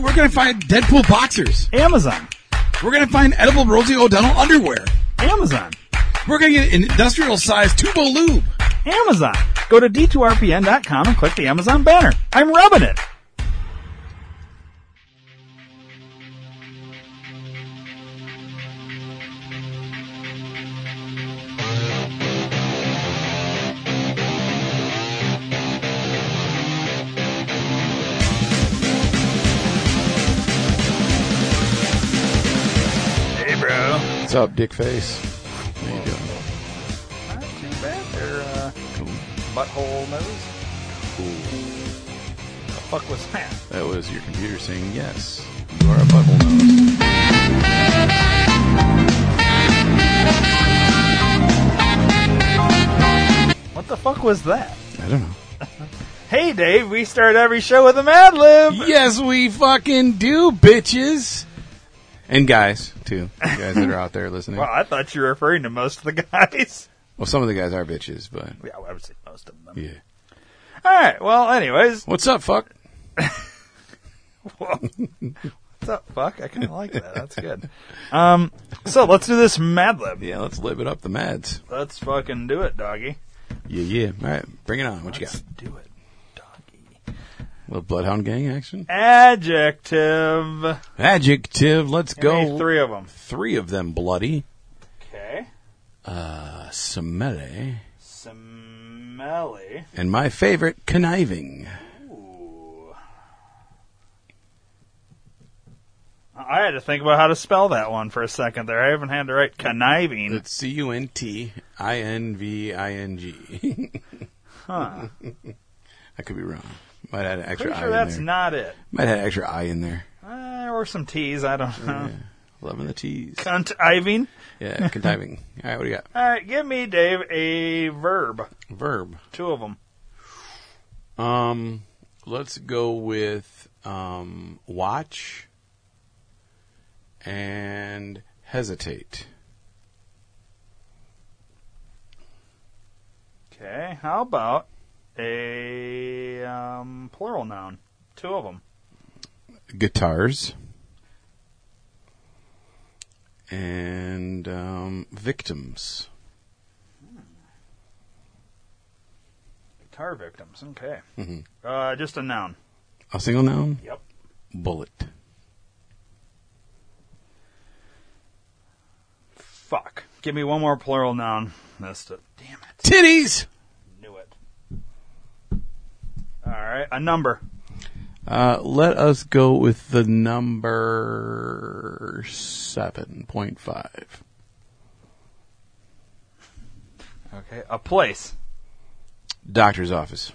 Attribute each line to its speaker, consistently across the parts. Speaker 1: we're gonna find Deadpool boxers.
Speaker 2: Amazon.
Speaker 1: We're gonna find edible Rosie O'Donnell underwear.
Speaker 2: Amazon.
Speaker 1: We're gonna get an industrial size tubo lube.
Speaker 2: Amazon. Go to d2rpn.com and click the Amazon banner. I'm rubbing it. Hey, bro.
Speaker 3: What's up, Dick Face? There you go.
Speaker 2: Not too bad. They're uh,
Speaker 3: Cool.
Speaker 2: butthole nose. Cool. The fuck was that?
Speaker 3: That was your computer saying yes. You are a butthole nose.
Speaker 2: What the fuck was that?
Speaker 3: I don't know.
Speaker 2: Hey, Dave. We start every show with a Mad Lib.
Speaker 3: Yes, we fucking do, bitches. And guys, too. You guys that are out there listening.
Speaker 2: Well, I thought you were referring to most of the guys.
Speaker 3: Well, some of the guys are bitches, but
Speaker 2: Yeah, I would say most of them.
Speaker 3: yeah.
Speaker 2: All right. Well, anyways,
Speaker 3: What's up, fuck?
Speaker 2: Whoa. what's up, fuck? I kind of like that. That's good. Um, so let's do this Mad Lib.
Speaker 3: Yeah, let's live it up, the mads.
Speaker 2: Let's fucking do it, doggy.
Speaker 3: Yeah, yeah. All right, bring it on. What you
Speaker 2: Let's
Speaker 3: got?
Speaker 2: do it, doggy.
Speaker 3: little Bloodhound Gang action?
Speaker 2: Adjective.
Speaker 3: Adjective, let's
Speaker 2: Give me
Speaker 3: go.
Speaker 2: three of them.
Speaker 3: Three of them bloody.
Speaker 2: Okay.
Speaker 3: Uh, Smelly.
Speaker 2: Smelly.
Speaker 3: And my favorite, conniving.
Speaker 2: Ooh. I had to think about how to spell that one for a second there. I haven't had to write conniving.
Speaker 3: It's C U N T I N V I N G.
Speaker 2: huh.
Speaker 3: I could be wrong. Might have an extra
Speaker 2: Pretty
Speaker 3: I
Speaker 2: sure
Speaker 3: in
Speaker 2: that's
Speaker 3: there.
Speaker 2: not it.
Speaker 3: Might have an extra I in there.
Speaker 2: Uh, or some T's, I don't know.
Speaker 3: Yeah. Loving the cheese.
Speaker 2: Conniving.
Speaker 3: Yeah, conniving. All right, what do you got?
Speaker 2: All right, give me, Dave, a verb.
Speaker 3: Verb.
Speaker 2: Two of them.
Speaker 3: Um, let's go with um, watch and hesitate.
Speaker 2: Okay, how about a um, plural noun? Two of them.
Speaker 3: Guitars and um, victims.
Speaker 2: Guitar victims. Okay.
Speaker 3: Mhm.
Speaker 2: Uh, just a noun.
Speaker 3: A single noun.
Speaker 2: Yep.
Speaker 3: Bullet.
Speaker 2: Fuck. Give me one more plural noun. Missed it. Damn it.
Speaker 3: Titties.
Speaker 2: Knew it. All right, a number.
Speaker 3: Uh, let us go with the number seven point five.
Speaker 2: Okay, a place.
Speaker 3: Doctor's office.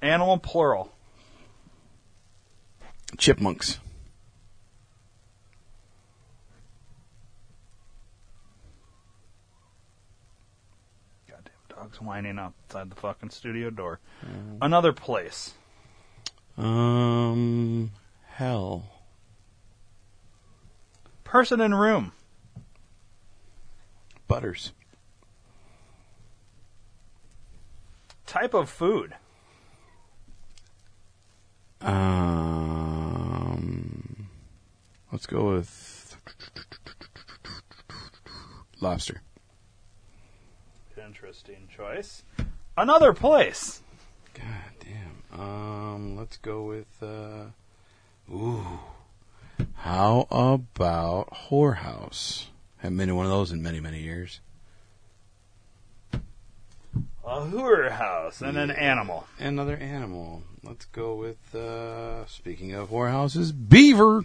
Speaker 2: Animal plural.
Speaker 3: Chipmunks.
Speaker 2: Goddamn dog's whining outside the fucking studio door. Another place.
Speaker 3: Um, hell.
Speaker 2: Person in room.
Speaker 3: Butters.
Speaker 2: Type of food.
Speaker 3: Um, let's go with lobster.
Speaker 2: Interesting choice. Another place.
Speaker 3: God damn. Um, let's go with uh, ooh. How about whorehouse? Haven't been to one of those in many many years.
Speaker 2: A hooer house and an animal.
Speaker 3: Another animal. Let's go with uh, speaking of whorehouses, beaver.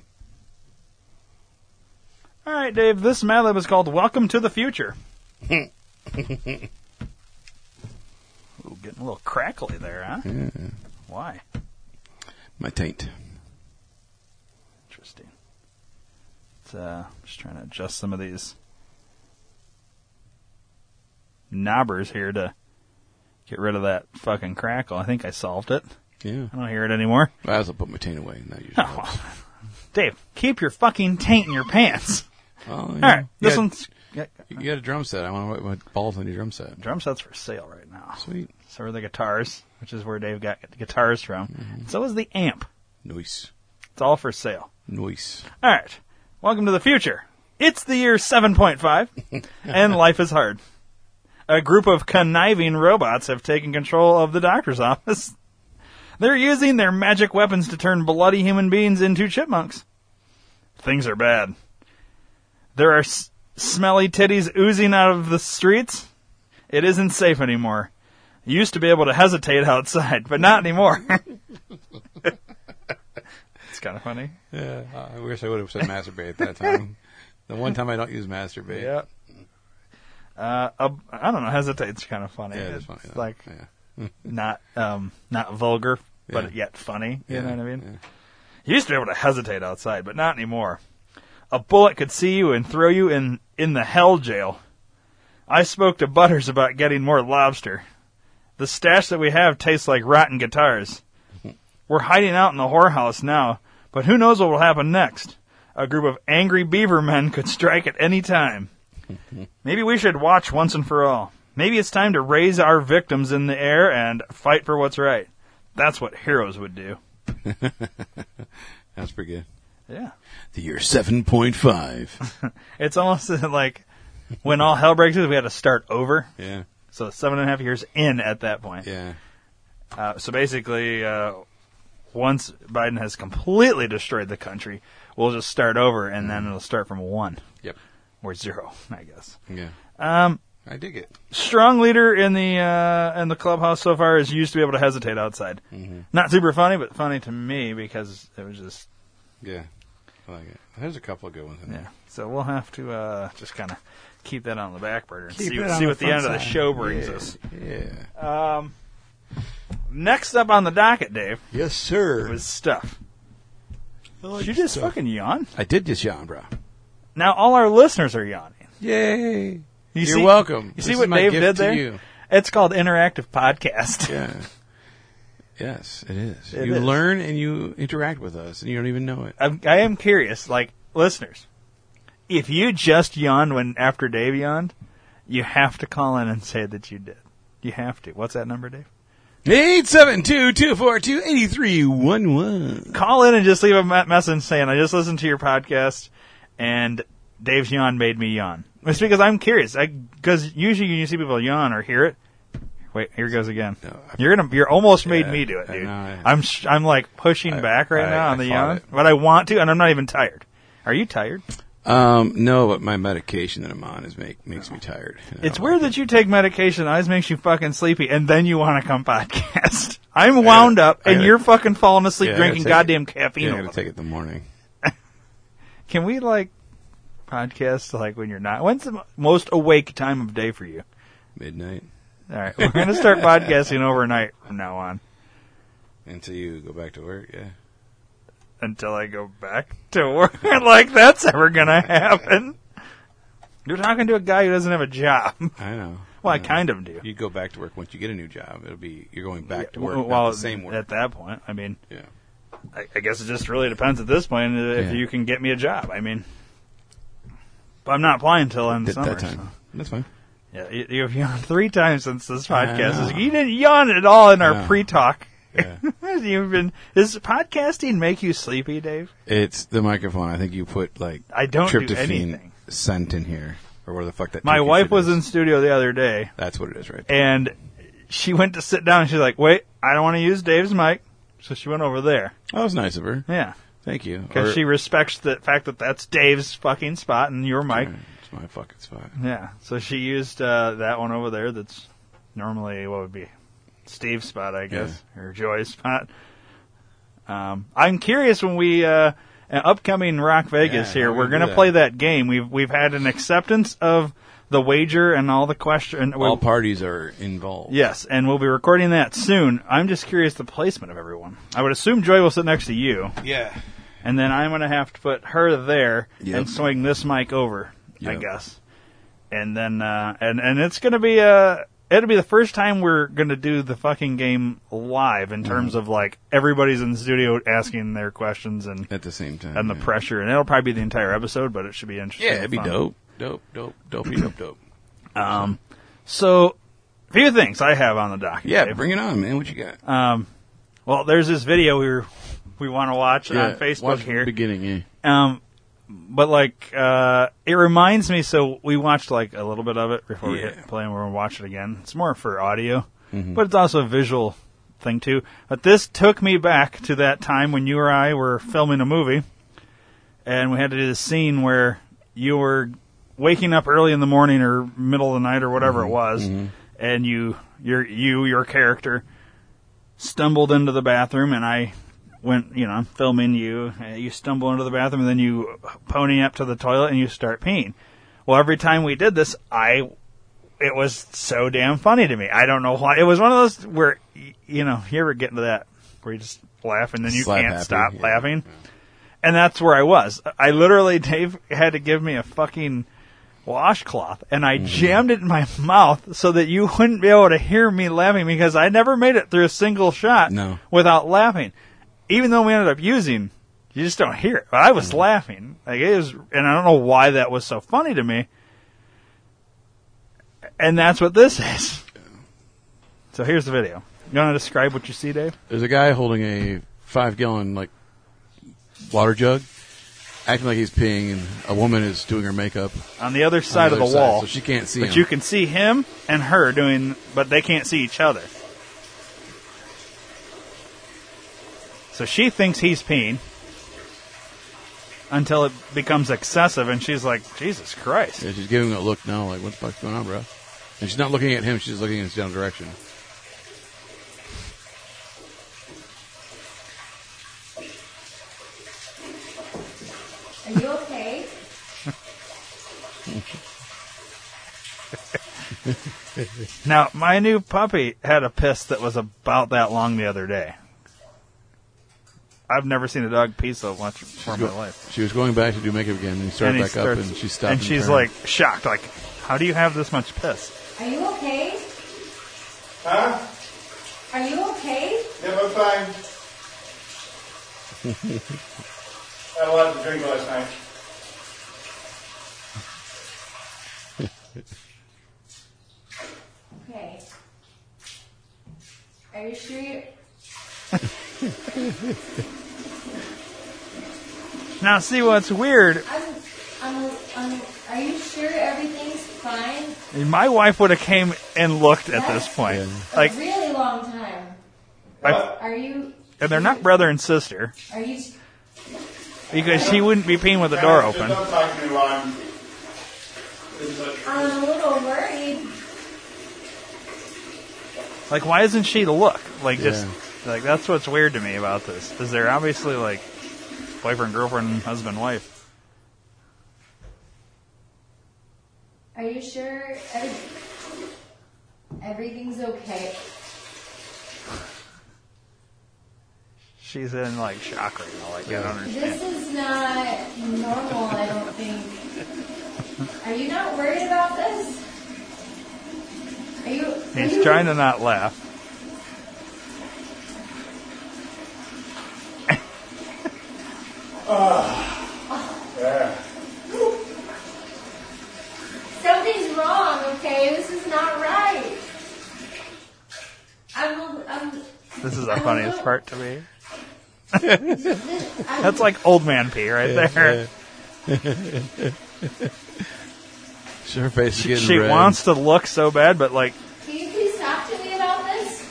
Speaker 2: All right, Dave. This Mad Lib is called "Welcome to the Future." Ooh, getting a little crackly there, huh? Why?
Speaker 3: My taint.
Speaker 2: Interesting. It's, uh, just trying to adjust some of these knobbers here to get rid of that fucking crackle. I think I solved it.
Speaker 3: Yeah.
Speaker 2: I don't hear it anymore.
Speaker 3: I also put my taint away. and That usually.
Speaker 2: Oh,
Speaker 3: helps.
Speaker 2: Dave, keep your fucking taint in your pants.
Speaker 3: Well, you
Speaker 2: All right,
Speaker 3: know,
Speaker 2: this
Speaker 3: yeah,
Speaker 2: one's Yeah,
Speaker 3: You got a drum set. I want to put balls on your drum set.
Speaker 2: drum sets for sale right now.
Speaker 3: Sweet.
Speaker 2: So are the guitars, which is where Dave got the guitars from. So is the amp.
Speaker 3: Noise.
Speaker 2: It's all for sale.
Speaker 3: Noise.
Speaker 2: All right. Welcome to the future. It's the year 7.5, and life is hard. A group of conniving robots have taken control of the doctor's office. They're using their magic weapons to turn bloody human beings into chipmunks. Things are bad. There are s- smelly titties oozing out of the streets. It isn't safe anymore. You used to be able to hesitate outside, but not anymore. it's kind of funny.
Speaker 3: Yeah, I wish I would have said masturbate at that time. the one time I don't use masturbate.
Speaker 2: Yeah. Uh, ab- I don't know. Hesitate's kind of funny.
Speaker 3: Yeah,
Speaker 2: it's
Speaker 3: it's funny. though.
Speaker 2: like
Speaker 3: yeah.
Speaker 2: not um not vulgar, but
Speaker 3: Yeah.
Speaker 2: yet funny. You
Speaker 3: Yeah,
Speaker 2: know what I mean?
Speaker 3: yeah.
Speaker 2: You used to be able to hesitate outside, but not anymore. A bullet could see you and throw you in in the hell jail. I spoke to Butters about getting more lobster. The stash that we have tastes like rotten guitars. We're hiding out in the whorehouse now, but who knows what will happen next? A group of angry beaver men could strike at any time. Maybe we should watch once and for all. Maybe it's time to raise our victims in the air and fight for what's right. That's what heroes would do.
Speaker 3: That's pretty good.
Speaker 2: Yeah.
Speaker 3: The year 7.5.
Speaker 2: It's almost like when all hell breaks loose, we had to start over.
Speaker 3: yeah,
Speaker 2: So seven and a half years in at that point.
Speaker 3: yeah.
Speaker 2: Uh, so basically, uh, once Biden has completely destroyed the country, we'll just start over, and then it'll start from one
Speaker 3: Mm-hmm. Yep.
Speaker 2: or zero, I guess.
Speaker 3: Yeah.
Speaker 2: Um,
Speaker 3: I dig it.
Speaker 2: strong leader in the uh, in the clubhouse so far is used to be able to hesitate outside.
Speaker 3: Mm-hmm.
Speaker 2: Not super funny, but funny to me because it was just
Speaker 3: Yeah. I like it. There's a couple of good ones in
Speaker 2: yeah.
Speaker 3: there.
Speaker 2: So we'll have to uh, just kind of keep that on the back burner and
Speaker 3: Keep
Speaker 2: see
Speaker 3: it
Speaker 2: what,
Speaker 3: on
Speaker 2: see
Speaker 3: the
Speaker 2: what the end
Speaker 3: front
Speaker 2: of the
Speaker 3: side.
Speaker 2: show brings us.
Speaker 3: Yeah.
Speaker 2: Um, next up on the docket, Dave,
Speaker 3: yes, sir.
Speaker 2: was stuff. Did Oh, you just fucking yawn?
Speaker 3: I did just yawn, bro.
Speaker 2: Now all our listeners are yawning.
Speaker 3: Yay. You are
Speaker 2: see-
Speaker 3: welcome.
Speaker 2: You
Speaker 3: This
Speaker 2: see
Speaker 3: is
Speaker 2: what
Speaker 3: my
Speaker 2: Dave
Speaker 3: gift
Speaker 2: did
Speaker 3: to
Speaker 2: there?
Speaker 3: you.
Speaker 2: It's called interactive podcast.
Speaker 3: Yeah. Yes, it is.
Speaker 2: It
Speaker 3: you
Speaker 2: is.
Speaker 3: learn and you interact with us, and you don't even know it.
Speaker 2: I'm, I am curious, like listeners, if you just yawned when after Dave yawned, you have to call in and say that you did. You have to. What's that number, Dave?
Speaker 3: Eight seven two two four two eighty three one one.
Speaker 2: Call in and just leave a me- message saying, "I just listened to your podcast, and Dave's yawn made me yawn." It's because I'm curious. Because usually when you see people yawn or hear it, wait, here goes again.
Speaker 3: No, I-
Speaker 2: you're gonna, you're almost made
Speaker 3: Yeah,
Speaker 2: me do it,
Speaker 3: I
Speaker 2: dude.
Speaker 3: know, I-
Speaker 2: I'm, sh- I'm like pushing
Speaker 3: I-
Speaker 2: back right
Speaker 3: I-
Speaker 2: now
Speaker 3: I
Speaker 2: on the
Speaker 3: fought
Speaker 2: yawn,
Speaker 3: it.
Speaker 2: but I want to, and I'm not even tired. Are you tired?
Speaker 3: Um, no, but my medication that I'm on is make makes me tired. And I
Speaker 2: It's
Speaker 3: don't
Speaker 2: weird
Speaker 3: like
Speaker 2: that you take medication that always makes you fucking sleepy, and then you want to come podcast. I'm wound up,
Speaker 3: I
Speaker 2: and
Speaker 3: gotta-
Speaker 2: you're fucking falling asleep
Speaker 3: Yeah, I gotta
Speaker 2: drinking
Speaker 3: take it.
Speaker 2: goddamn
Speaker 3: it.
Speaker 2: caffeine.
Speaker 3: Yeah,
Speaker 2: all
Speaker 3: I gotta
Speaker 2: the-
Speaker 3: take it in the morning.
Speaker 2: Can we like podcast like when you're not? When's the mo- most awake time of day for you?
Speaker 3: Midnight
Speaker 2: All right, we're gonna start podcasting overnight from now on
Speaker 3: until you go back to work. Yeah.
Speaker 2: until I go back to work. like that's ever gonna happen. You're talking to a guy who doesn't have a job.
Speaker 3: I know.
Speaker 2: Well, I
Speaker 3: know.
Speaker 2: kind of do.
Speaker 3: You go back to work once you get a new job. It'll be you're going back to
Speaker 2: Yeah,
Speaker 3: work,
Speaker 2: w-
Speaker 3: not the same work.
Speaker 2: at that point, I mean,
Speaker 3: yeah.
Speaker 2: I, I guess it just really depends at this point if
Speaker 3: Yeah.
Speaker 2: you can get me a job. I mean, but I'm not applying until in the
Speaker 3: At
Speaker 2: summer.
Speaker 3: that time.
Speaker 2: so.
Speaker 3: That's fine.
Speaker 2: Yeah, you, you've yawned three times since this podcast.
Speaker 3: know.
Speaker 2: is- You didn't yawn at all in our
Speaker 3: No.
Speaker 2: pre-talk.
Speaker 3: Yeah.
Speaker 2: You've been. Does podcasting make you sleepy, Dave?
Speaker 3: It's the microphone. I think you put like
Speaker 2: I don't do
Speaker 3: tryptophan
Speaker 2: anything.
Speaker 3: scent in here or where the fuck that.
Speaker 2: My
Speaker 3: turkey
Speaker 2: wife
Speaker 3: shit
Speaker 2: was
Speaker 3: is.
Speaker 2: in studio the other day,
Speaker 3: That's what it is, right? there.
Speaker 2: and she went to sit down. and She's like, "Wait, I don't want to use Dave's mic," so she went over there.
Speaker 3: That was Oh, nice of her.
Speaker 2: Yeah,
Speaker 3: Thank you.
Speaker 2: because
Speaker 3: Or-
Speaker 2: she respects the fact that that's Dave's fucking spot and your mic.
Speaker 3: It's my fucking spot.
Speaker 2: Yeah, so she used uh, that one over there. That's normally what would be Steve's spot, I guess, or Joy's spot. Um, I'm curious when we uh, an upcoming Rock Vegas
Speaker 3: Yeah,
Speaker 2: here,
Speaker 3: how we
Speaker 2: we're
Speaker 3: do
Speaker 2: gonna
Speaker 3: that.
Speaker 2: play that game. We've we've had an acceptance of the wager and all the question.
Speaker 3: All parties are involved.
Speaker 2: yes, and we'll be recording that soon. I'm just curious the placement of everyone. I would assume Joy will sit next to you,
Speaker 3: Yeah.
Speaker 2: and then I'm gonna have to put her there
Speaker 3: Yep.
Speaker 2: and swing this mic over, I
Speaker 3: Yep.
Speaker 2: guess. And then uh and and it's gonna be uh it'll be the first time we're gonna do the fucking game live in terms
Speaker 3: Mm-hmm.
Speaker 2: of like everybody's in the studio asking their questions and
Speaker 3: At the same time.
Speaker 2: and the
Speaker 3: yeah.
Speaker 2: pressure and it'll probably be the entire episode, but it should be interesting.
Speaker 3: Yeah,
Speaker 2: and
Speaker 3: it'd be
Speaker 2: fun.
Speaker 3: dope. dope, dope, dopey, dope, dope.
Speaker 2: Um, so, a few things I have on the docket.
Speaker 3: Yeah, Uh,
Speaker 2: Dave.
Speaker 3: bring it on, man. What you got?
Speaker 2: Um, well, there's this video we were, we want to watch
Speaker 3: yeah,
Speaker 2: on Facebook
Speaker 3: watch from
Speaker 2: here.
Speaker 3: The beginning, yeah.
Speaker 2: Um, but like, uh, it reminds me. So we watched like a little bit of it before we
Speaker 3: Yeah.
Speaker 2: hit play, and we're gonna watch it again. It's more for audio, but it's also a visual thing too. But this took me back to that time when you or I were filming a movie, and we had to do this scene where you were waking up early in the morning or middle of the night or whatever it was, and you your you your character stumbled into the bathroom and I went, you know, I'm filming you. uh, You stumble into the bathroom and then you pony up to the toilet and you start peeing. Well, every time we did this, I it was so damn funny to me. I don't know why. It was one of those where y- you know, you ever get into that where you just laugh and then you
Speaker 3: Slap
Speaker 2: can't
Speaker 3: happy,
Speaker 2: stop
Speaker 3: yeah.
Speaker 2: laughing. And that's where I was. I literally Dave had to give me a fucking washcloth and I
Speaker 3: Mm-hmm.
Speaker 2: jammed it in my mouth so that you wouldn't be able to hear me laughing because I never made it through a single shot
Speaker 3: No.
Speaker 2: without laughing. Even though we ended up using, you just don't hear it. But I
Speaker 3: Mm-hmm.
Speaker 2: was laughing. Like it was, and I don't know why that was so funny to me. And that's what this is. So here's the video. You want to describe what you see, Dave?
Speaker 3: There's a guy holding a five gallon like water jug, acting like he's peeing, and a woman is doing her makeup
Speaker 2: On the other
Speaker 3: on
Speaker 2: side of the
Speaker 3: other side,
Speaker 2: wall.
Speaker 3: so she can't see
Speaker 2: but
Speaker 3: him.
Speaker 2: you can see him and her doing, but they can't see each other. So she thinks he's peeing until it becomes excessive, and she's like, Jesus Christ.
Speaker 3: Yeah, she's giving him a look now, like what the fuck's going on, bro? And she's not looking at him; she's looking in his down direction.
Speaker 4: Are you okay?
Speaker 2: Now, my new puppy had a piss that was about that long the other day. I've never seen a dog pee so much before in my life.
Speaker 3: She was going back to do makeup again, and he started
Speaker 2: he
Speaker 3: back up,
Speaker 2: starts-
Speaker 3: and she stopped.
Speaker 2: And she's
Speaker 3: turned.
Speaker 2: like shocked, like, how do you have this much piss?
Speaker 4: Are you okay?
Speaker 5: Huh?
Speaker 4: Are you okay?
Speaker 5: Yeah, I'm fine. I had a lot to drink last night.
Speaker 4: Okay. Are you sure? you
Speaker 2: Now, see what's weird?
Speaker 4: I'm, I'm, I'm. Are you sure everything's fine?
Speaker 2: My wife would have came and looked at this point, like,
Speaker 4: a really long time.
Speaker 2: I,
Speaker 4: Are you?
Speaker 2: and they're not brother and sister
Speaker 4: Are you?
Speaker 2: because she wouldn't be peeing with the door
Speaker 5: Guys, just
Speaker 2: open.
Speaker 5: Don't talk to me while I'm. It's like-
Speaker 4: I'm a little worried.
Speaker 2: Like, why doesn't she look? Like, just
Speaker 3: Yeah.
Speaker 2: like that's what's weird to me about this is they're obviously like boyfriend, girlfriend, husband, wife.
Speaker 4: Are you sure every, everything's okay?
Speaker 2: She's in like shock right now. Like, I don't
Speaker 4: This
Speaker 2: understand.
Speaker 4: is not normal. I don't think. Are you not worried about this? Are you? are
Speaker 2: He's
Speaker 4: you-
Speaker 2: trying to not laugh.
Speaker 4: Something's wrong, okay? This is not right. um, I'm, I'm,
Speaker 2: This is the funniest part to me.
Speaker 4: this, I'm
Speaker 2: That's like old man pee right there.
Speaker 3: So her face is
Speaker 2: She,
Speaker 3: getting
Speaker 2: she
Speaker 3: red.
Speaker 2: wants to look so bad, but like,
Speaker 4: can you please talk to me about this?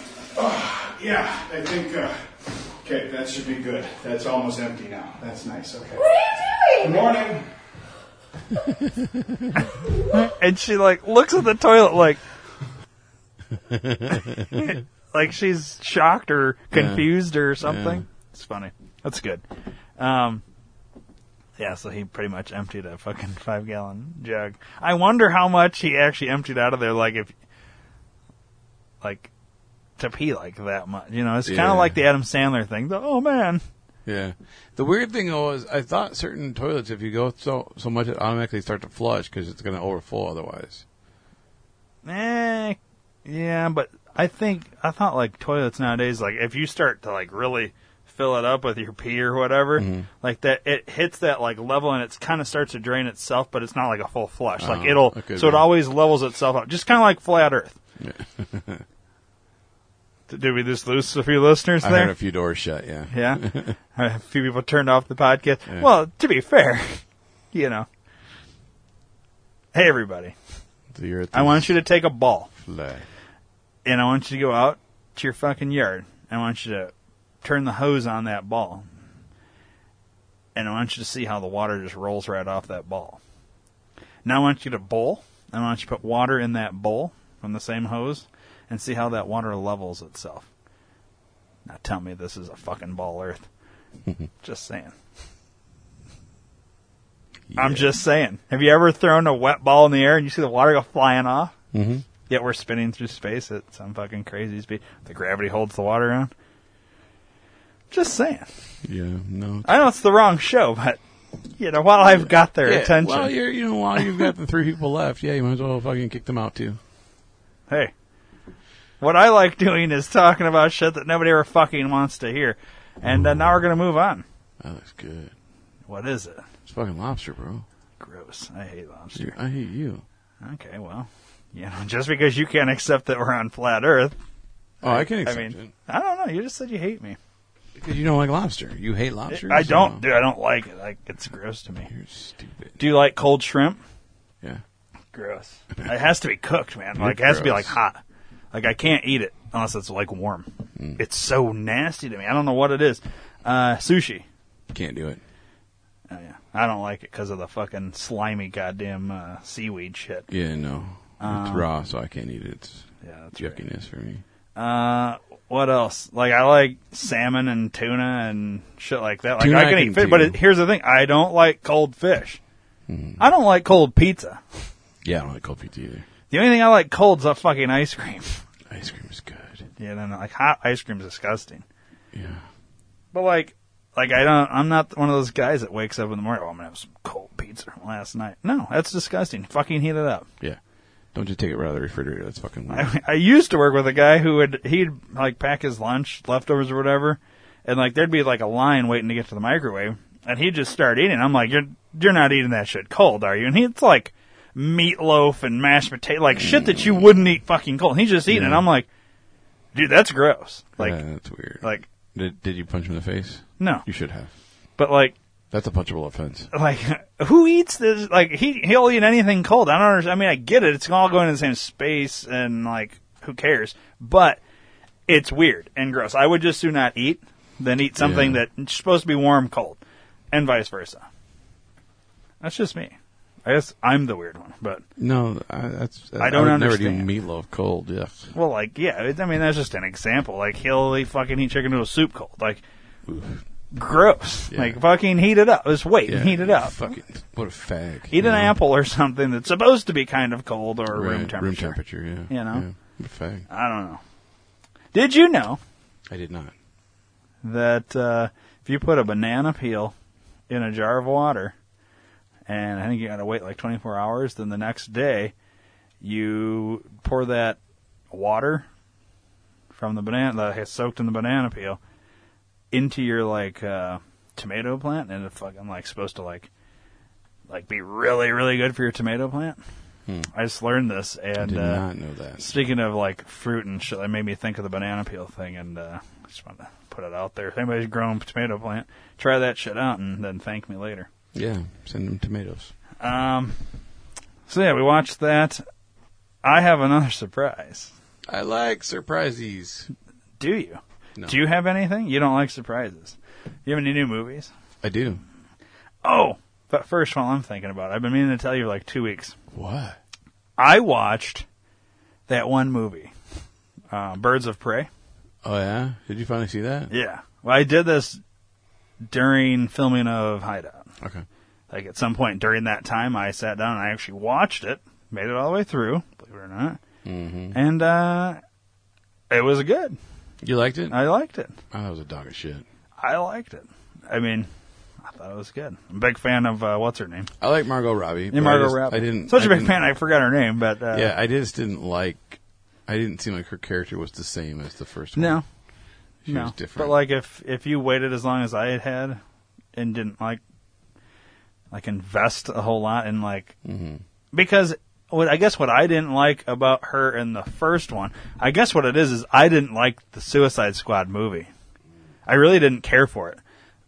Speaker 5: Yeah, I think. Uh, okay, that should be good. That's almost empty now. That's nice. Okay.
Speaker 4: What are you
Speaker 5: Good
Speaker 4: doing?
Speaker 5: morning.
Speaker 2: and she like looks at the toilet like, like she's shocked or confused or something. It's funny. That's good. Um, yeah, so he pretty much emptied a fucking five gallon jug. I wonder how much he actually emptied out of there. Like if, like, to pee like that much, you know, it's kind
Speaker 3: Yeah.
Speaker 2: of like the Adam Sandler thing. The, oh man,
Speaker 3: Yeah. The weird thing though is, I thought certain toilets, if you go so so much, it automatically start to flush because it's going to overflow otherwise.
Speaker 2: Eh, yeah, but I think I thought like toilets nowadays, like if you start to like really fill it up with your pee or whatever,
Speaker 3: Mm-hmm.
Speaker 2: like that it hits that like level and it's kind of starts to drain itself, but it's not like a full flush.
Speaker 3: Oh,
Speaker 2: like it'll
Speaker 3: okay,
Speaker 2: so it
Speaker 3: yeah.
Speaker 2: always levels itself out, just kind of like flat Earth. Did we just lose a few listeners
Speaker 3: I
Speaker 2: there?
Speaker 3: heard a few doors shut. Yeah.
Speaker 2: Yeah. a few people turned off the podcast. Well, to be fair, you know. Hey, everybody.
Speaker 3: So you're at
Speaker 2: I
Speaker 3: the
Speaker 2: want you to take a ball
Speaker 3: flag.
Speaker 2: and I want you to go out to your fucking yard. I want you to turn the hose on that ball. And I want you to see how the water just rolls right off that ball. Now I want you to bowl. I want you to put water in that bowl from the same hose and see how that water levels itself. Now tell me this is a fucking ball earth. just saying. I'm
Speaker 3: Yeah.
Speaker 2: just saying. Have you ever thrown a wet ball in the air and you see the water go flying off?
Speaker 3: Mhm.
Speaker 2: Yet we're spinning through space at some fucking crazy speed. The gravity holds the water around. Just saying.
Speaker 3: Yeah. No.
Speaker 2: I know it's the wrong show, but you know, while I've got their
Speaker 3: Yeah,
Speaker 2: attention,
Speaker 3: Well, you're, you know, while you've got the three people left, yeah, you might as well fucking kick them out too.
Speaker 2: hey, what I like doing is talking about shit that nobody ever fucking wants to hear. And uh, now we're gonna move on.
Speaker 3: That looks good.
Speaker 2: What is it?
Speaker 3: It's fucking lobster, bro.
Speaker 2: Gross. I hate lobster.
Speaker 3: Dude, I hate you.
Speaker 2: Okay, well, you know, just because you can't accept that we're on flat Earth,
Speaker 3: Oh, I can accept
Speaker 2: I mean,
Speaker 3: it.
Speaker 2: I don't know. You just said you hate me.
Speaker 3: Because you don't like lobster. You hate lobster.
Speaker 2: I
Speaker 3: so-
Speaker 2: don't, dude. I don't like it. Like it's gross to me.
Speaker 3: You're stupid.
Speaker 2: Do you like cold shrimp?
Speaker 3: Yeah.
Speaker 2: Gross. It has to be cooked, man. Like it has to be like
Speaker 3: Gross.
Speaker 2: hot. Like I can't eat it unless it's like warm.
Speaker 3: Mm.
Speaker 2: It's so nasty to me. I don't know what it is. Uh, sushi.
Speaker 3: Can't do it.
Speaker 2: Oh, yeah. I don't like it because of the fucking slimy goddamn uh, seaweed shit.
Speaker 3: Yeah, no. it's raw, so I can't eat it. It's
Speaker 2: Yeah, Um, that's right.
Speaker 3: yuckiness for me.
Speaker 2: Uh, what else? Like I like salmon and tuna and shit like that. Like
Speaker 3: Tuna
Speaker 2: I
Speaker 3: I
Speaker 2: can
Speaker 3: can
Speaker 2: eat fish,
Speaker 3: do. Mm.
Speaker 2: but it, here's the thing: I don't like cold fish. I don't like cold pizza.
Speaker 3: Yeah, I don't like cold pizza either.
Speaker 2: The only thing I like cold's a fucking ice cream.
Speaker 3: Ice cream is good.
Speaker 2: Yeah, no, no, like hot ice cream's disgusting.
Speaker 3: Yeah.
Speaker 2: But like, like I don't, I'm not one of those guys that wakes up in the morning. Oh, I'm gonna have some cold pizza from last night. No, that's disgusting. Fucking heat it up.
Speaker 3: Yeah. Don't just take it right out of the refrigerator. That's fucking weird.
Speaker 2: I, I used to work with a guy who would he'd like pack his lunch leftovers or whatever, and like there'd be like a line waiting to get to the microwave, and he'd just start eating. I'm like, you're you're not eating that shit cold, are you? And he's like meatloaf and mashed potato, like shit that you wouldn't eat fucking cold. He's just eating. it.
Speaker 3: Yeah.
Speaker 2: I'm like, dude, that's gross. Like,
Speaker 3: Yeah, that's weird.
Speaker 2: like
Speaker 3: did, did you punch him in the face?
Speaker 2: no,
Speaker 3: You should have.
Speaker 2: but like
Speaker 3: That's a punchable offense.
Speaker 2: like who eats this like he he'll eat anything cold i don't understand i mean i get it it's all going in the same space and like who cares but it's weird and gross i would just do not eat than eat something
Speaker 3: Yeah.
Speaker 2: that's supposed to be warm cold and vice versa that's just me i guess i'm the weird one but
Speaker 3: No, I, that's.
Speaker 2: I don't
Speaker 3: would
Speaker 2: understand.
Speaker 3: Never do meatloaf cold. Yeah.
Speaker 2: well like yeah it, i mean that's just an example like he'll eat fucking eat chicken noodle soup cold like gross
Speaker 3: Yeah.
Speaker 2: like fucking heat it up just wait and heat it up
Speaker 3: Fucking what a fag.
Speaker 2: Eat
Speaker 3: you
Speaker 2: an
Speaker 3: know?
Speaker 2: apple or something that's supposed to be kind of cold or
Speaker 3: Right,
Speaker 2: room temperature.
Speaker 3: Room temperature. Yeah.
Speaker 2: You know?
Speaker 3: Yeah. What a fag.
Speaker 2: I don't know. Did you know
Speaker 3: I did not.
Speaker 2: that uh, if you put a banana peel in a jar of water, and I think you got to wait like 24 hours, then the next day you pour that water from the banana that is soaked in the banana peel into your like uh, tomato plant, and it's fucking like supposed to like like be really really good for your tomato plant. I just learned this, and
Speaker 3: Hmm. I did
Speaker 2: uh,
Speaker 3: not know that.
Speaker 2: Speaking of like fruit and shit, that made me think of the banana peel thing, and uh, I just wanted to put it out there. If anybody's grown a tomato plant, try that shit out and then thank me later.
Speaker 3: Yeah. Send them tomatoes.
Speaker 2: Um, so yeah, we watched that. I have another surprise.
Speaker 3: I like surprises.
Speaker 2: Do you?
Speaker 3: No.
Speaker 2: Do you have anything? You don't like surprises. You have any new movies?
Speaker 3: I do.
Speaker 2: Oh, but first, while I'm thinking about it, I've been meaning to tell you for like two weeks.
Speaker 3: What?
Speaker 2: I watched that one movie, uh, Birds of Prey.
Speaker 3: Oh yeah. Did you finally see that?
Speaker 2: Yeah. Well, I did this during filming of Hideout.
Speaker 3: Okay.
Speaker 2: Like at some point during that time, I sat down and I actually watched it, made it all the way through, believe it or not,
Speaker 3: Mm-hmm.
Speaker 2: and uh, it was good.
Speaker 3: You liked it?
Speaker 2: I liked it.
Speaker 3: oh, that was a dog of shit.
Speaker 2: I liked it. I mean, I thought it was good. I'm a big fan of uh, what's her name,
Speaker 3: I like Margot Robbie. but
Speaker 2: yeah,
Speaker 3: I
Speaker 2: Margot
Speaker 3: just-
Speaker 2: Robbie.
Speaker 3: I didn't.
Speaker 2: Such
Speaker 3: a
Speaker 2: a big fan. I forgot her name, but uh,
Speaker 3: yeah, I just didn't like. I didn't seem like her character was the same as the first one.
Speaker 2: no,
Speaker 3: She
Speaker 2: no.
Speaker 3: was different.
Speaker 2: But like if if you waited as long as I had had and didn't like like invest a whole lot in like
Speaker 3: Mm-hmm.
Speaker 2: because what I guess what I didn't like about her in the first one, I guess what it is is I didn't like the Suicide Squad movie. I really didn't care for it.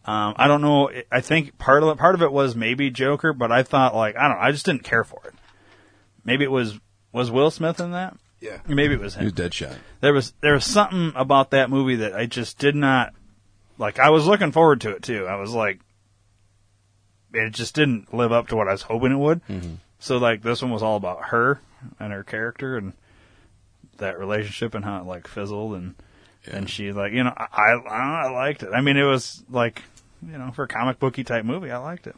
Speaker 2: Um, I don't know. I- I think part of it, part of it was maybe Joker, but I thought like I don't. know. I just didn't care for it. Maybe it was was Will Smith in that.
Speaker 3: yeah,
Speaker 2: Maybe it was
Speaker 3: he
Speaker 2: him
Speaker 3: was Deadshot.
Speaker 2: there was there was something about that movie that I just did not like. I was looking forward to it too. I was like, it just didn't live up to what I was hoping it would. So like this one was all about her and her character and that relationship and how it like fizzled and and she like you know I I, I, don't know, I liked it. I mean it was like you know for a comic booky type movie I liked it.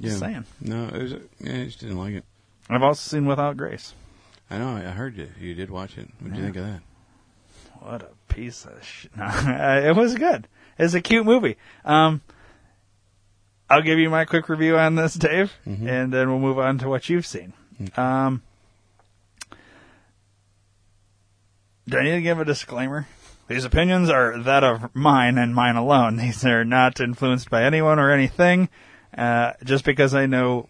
Speaker 3: Yeah.
Speaker 2: saying.
Speaker 3: No, it was, yeah, I just didn't like it.
Speaker 2: I've also seen Without Grace.
Speaker 3: I know. I I heard you. You did watch it. What did you think of that?
Speaker 2: What a piece of shit. it was good. It's a cute movie. Um, I'll give you my quick review on this, Dave, and then we'll move on to what you've seen. Um, do I need to give a disclaimer? These opinions are that of mine and mine alone. These are not influenced by anyone or anything. Uh, just because I know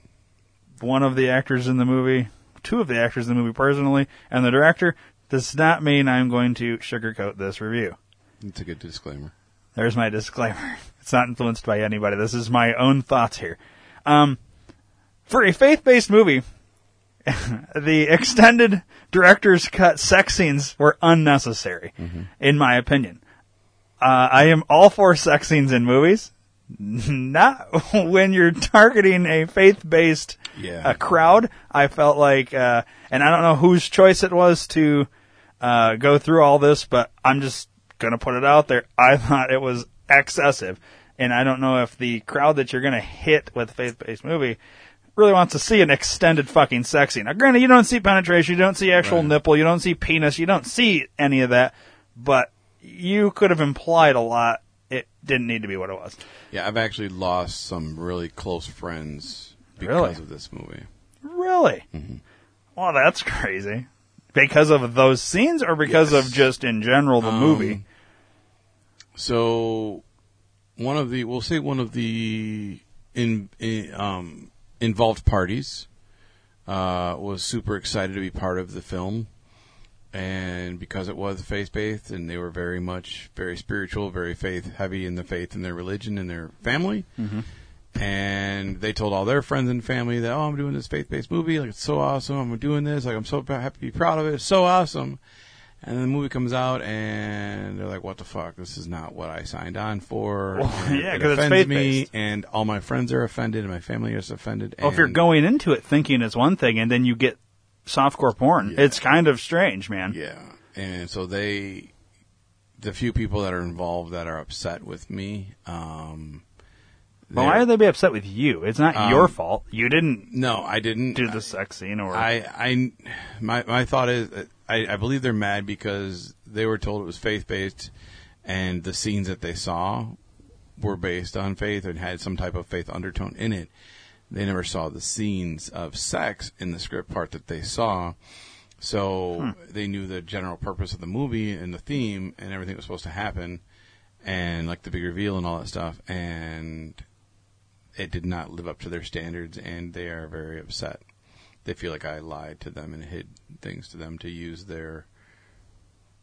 Speaker 2: one of the actors in the movie, two of the actors in the movie personally, and the director, does not mean I'm going to sugarcoat this review.
Speaker 3: It's a good disclaimer.
Speaker 2: There's my disclaimer. It's not influenced by anybody. This is my own thoughts here. Um, for a faith-based movie, the extended director's cut sex scenes were unnecessary, in my opinion. Uh, I am all for sex scenes in movies, not when you're targeting a faith-based
Speaker 3: Yeah.
Speaker 2: uh, crowd. I felt like, uh, and I don't know whose choice it was to uh, go through all this, but I'm just gonna put it out there. I thought it was excessive, and I don't know if the crowd that you're gonna hit with a faith-based movie really wants to see an extended fucking sex scene. Now, granted, you don't see penetration, you don't see actual nipple, you don't see penis, you don't see any of that, but you could have implied a lot. It didn't need to be what it was.
Speaker 3: Yeah, I've actually lost some really close friends because
Speaker 2: Really?
Speaker 3: of this movie.
Speaker 2: Really?
Speaker 3: Mm-hmm.
Speaker 2: Well, that's crazy. Because of those scenes, or because
Speaker 3: Yes. Um,
Speaker 2: of just in general the movie?
Speaker 3: So one of the we'll say one of the in, in um, involved parties uh, was super excited to be part of the film, and because it was faith based and they were very much very spiritual, very faith heavy in the faith and their religion and their family.
Speaker 2: Mm-hmm.
Speaker 3: And they told all their friends and family that, oh, I'm doing this faith based movie. Like, it's so awesome. I'm doing this. Like, I'm so pr- happy to be proud of it. It's so awesome. And then the movie comes out, and they're like, "What the fuck? This is not what I signed on for."
Speaker 2: Well,
Speaker 3: And
Speaker 2: yeah,
Speaker 3: it
Speaker 2: 'cause it's
Speaker 3: offends me,
Speaker 2: faith-based.
Speaker 3: and all my friends are offended, and my family is offended.
Speaker 2: Well, if you're
Speaker 3: and-
Speaker 2: going into it thinking it's one thing and then you get softcore porn, it's kind of strange, man.
Speaker 3: yeah, and so they, the few people that are involved that are upset with me, um,
Speaker 2: But why
Speaker 3: they're-
Speaker 2: would they be upset with you? It's not
Speaker 3: Um,
Speaker 2: your fault. You didn't
Speaker 3: no, I didn't
Speaker 2: do the sex scene, or
Speaker 3: I, I, my, my thought is, uh, I, I believe they're mad because they were told it was faith based, and the scenes that they saw were based on faith and had some type of faith undertone in it. They never saw the scenes of sex in the script part that they saw, so they knew the general purpose of the movie and the theme and everything that was supposed to happen, and like the big reveal and all that stuff, and it did not live up to their standards, and they are very upset they feel like I lied to them and hid things to them to use their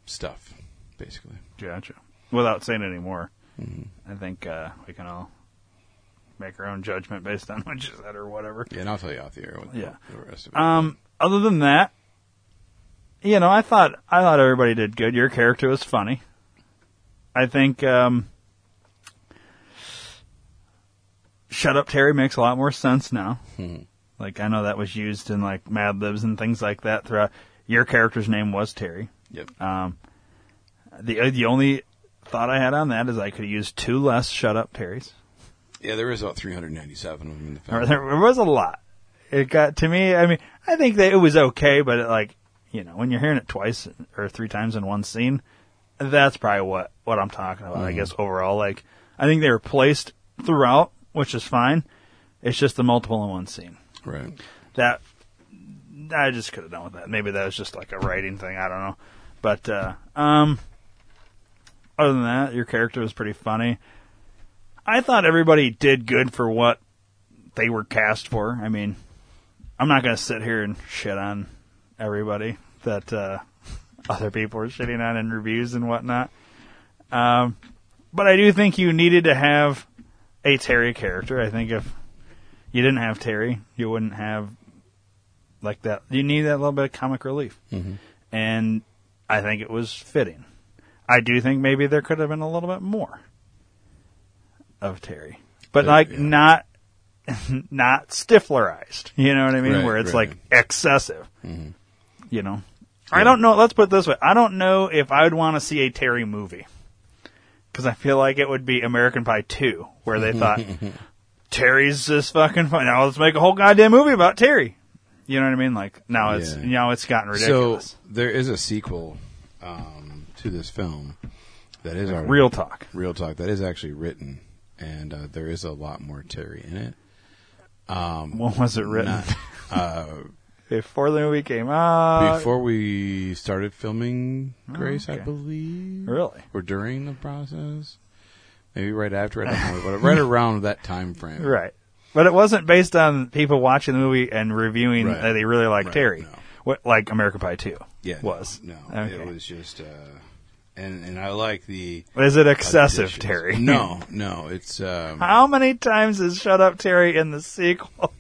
Speaker 3: stuff, basically.
Speaker 2: gotcha. Without saying any more,
Speaker 3: Mm-hmm.
Speaker 2: I think uh, we can all make our own judgment based on what you said or whatever.
Speaker 3: Yeah, and I'll tell you off the air what
Speaker 2: Yeah.
Speaker 3: the rest of it.
Speaker 2: Um, other than that, you know, I thought I thought everybody did good. Your character was funny. I think um, "Shut Up, Terry" makes a lot more sense now. Like I know that was used in like Mad Libs and things like that. Throughout your character's name was Terry.
Speaker 3: yep.
Speaker 2: Um, the uh, the only thought I had on that is I could have used two less "Shut Up, Terrys."
Speaker 3: yeah, there is about 397 of them in the
Speaker 2: Or
Speaker 3: film.
Speaker 2: There there was a lot. It got to me. I mean, I think that it was okay, but it, like, you know, when you're hearing it twice or three times in one scene, that's probably what what I'm talking about. I guess overall, like, I think they were placed throughout, which is fine. It's just the multiple in one scene
Speaker 3: Right.
Speaker 2: that I just could have done with that. Maybe that was just like a writing thing. I don't know. But uh, um, other than that, your character was pretty funny. I thought everybody did good for what they were cast for. I mean, I'm not going to sit here and shit on everybody that uh, other people are shitting on in reviews and whatnot. Um, but I do think you needed to have a Terry character. I think if you didn't have Terry, you wouldn't have like that. You need that little bit of comic relief, and I think it was fitting. I do think maybe there could have been a little bit more of Terry, but
Speaker 3: Uh,
Speaker 2: like
Speaker 3: yeah.
Speaker 2: not not stiflerized. You know what I mean?
Speaker 3: Right,
Speaker 2: Where it's
Speaker 3: right. Mm-hmm.
Speaker 2: like excessive. You know, I don't know. Let's put it this way: I don't know if I would want to see a Terry movie because I feel like it would be American Pie Two, where they thought Terry's this fucking fun. Now let's make a whole goddamn movie about Terry. You know what I mean? Like now it's
Speaker 3: Yeah.
Speaker 2: now it's gotten ridiculous.
Speaker 3: So there is a sequel um, to this film that is already,
Speaker 2: Real talk.
Speaker 3: real talk that is actually written, and uh, there is a lot more Terry in it.
Speaker 2: When was it written?
Speaker 3: Not- uh,
Speaker 2: Before the movie came out.
Speaker 3: before we started filming Grace, I
Speaker 2: okay.
Speaker 3: believe,
Speaker 2: Really?
Speaker 3: or during the process, maybe right after. I don't know, but right around that time frame.
Speaker 2: Right. But it wasn't based on people watching the movie and reviewing
Speaker 3: Right.
Speaker 2: that they really liked
Speaker 3: Right,
Speaker 2: Terry.
Speaker 3: no.
Speaker 2: What like American Pie Two?
Speaker 3: Yeah.
Speaker 2: Was.
Speaker 3: no,
Speaker 2: Okay.
Speaker 3: it was just, uh, and and I like the
Speaker 2: Is it excessive,
Speaker 3: additions.
Speaker 2: Terry?
Speaker 3: No, no, it's um,
Speaker 2: How many times is Shut Up Terry in the sequel?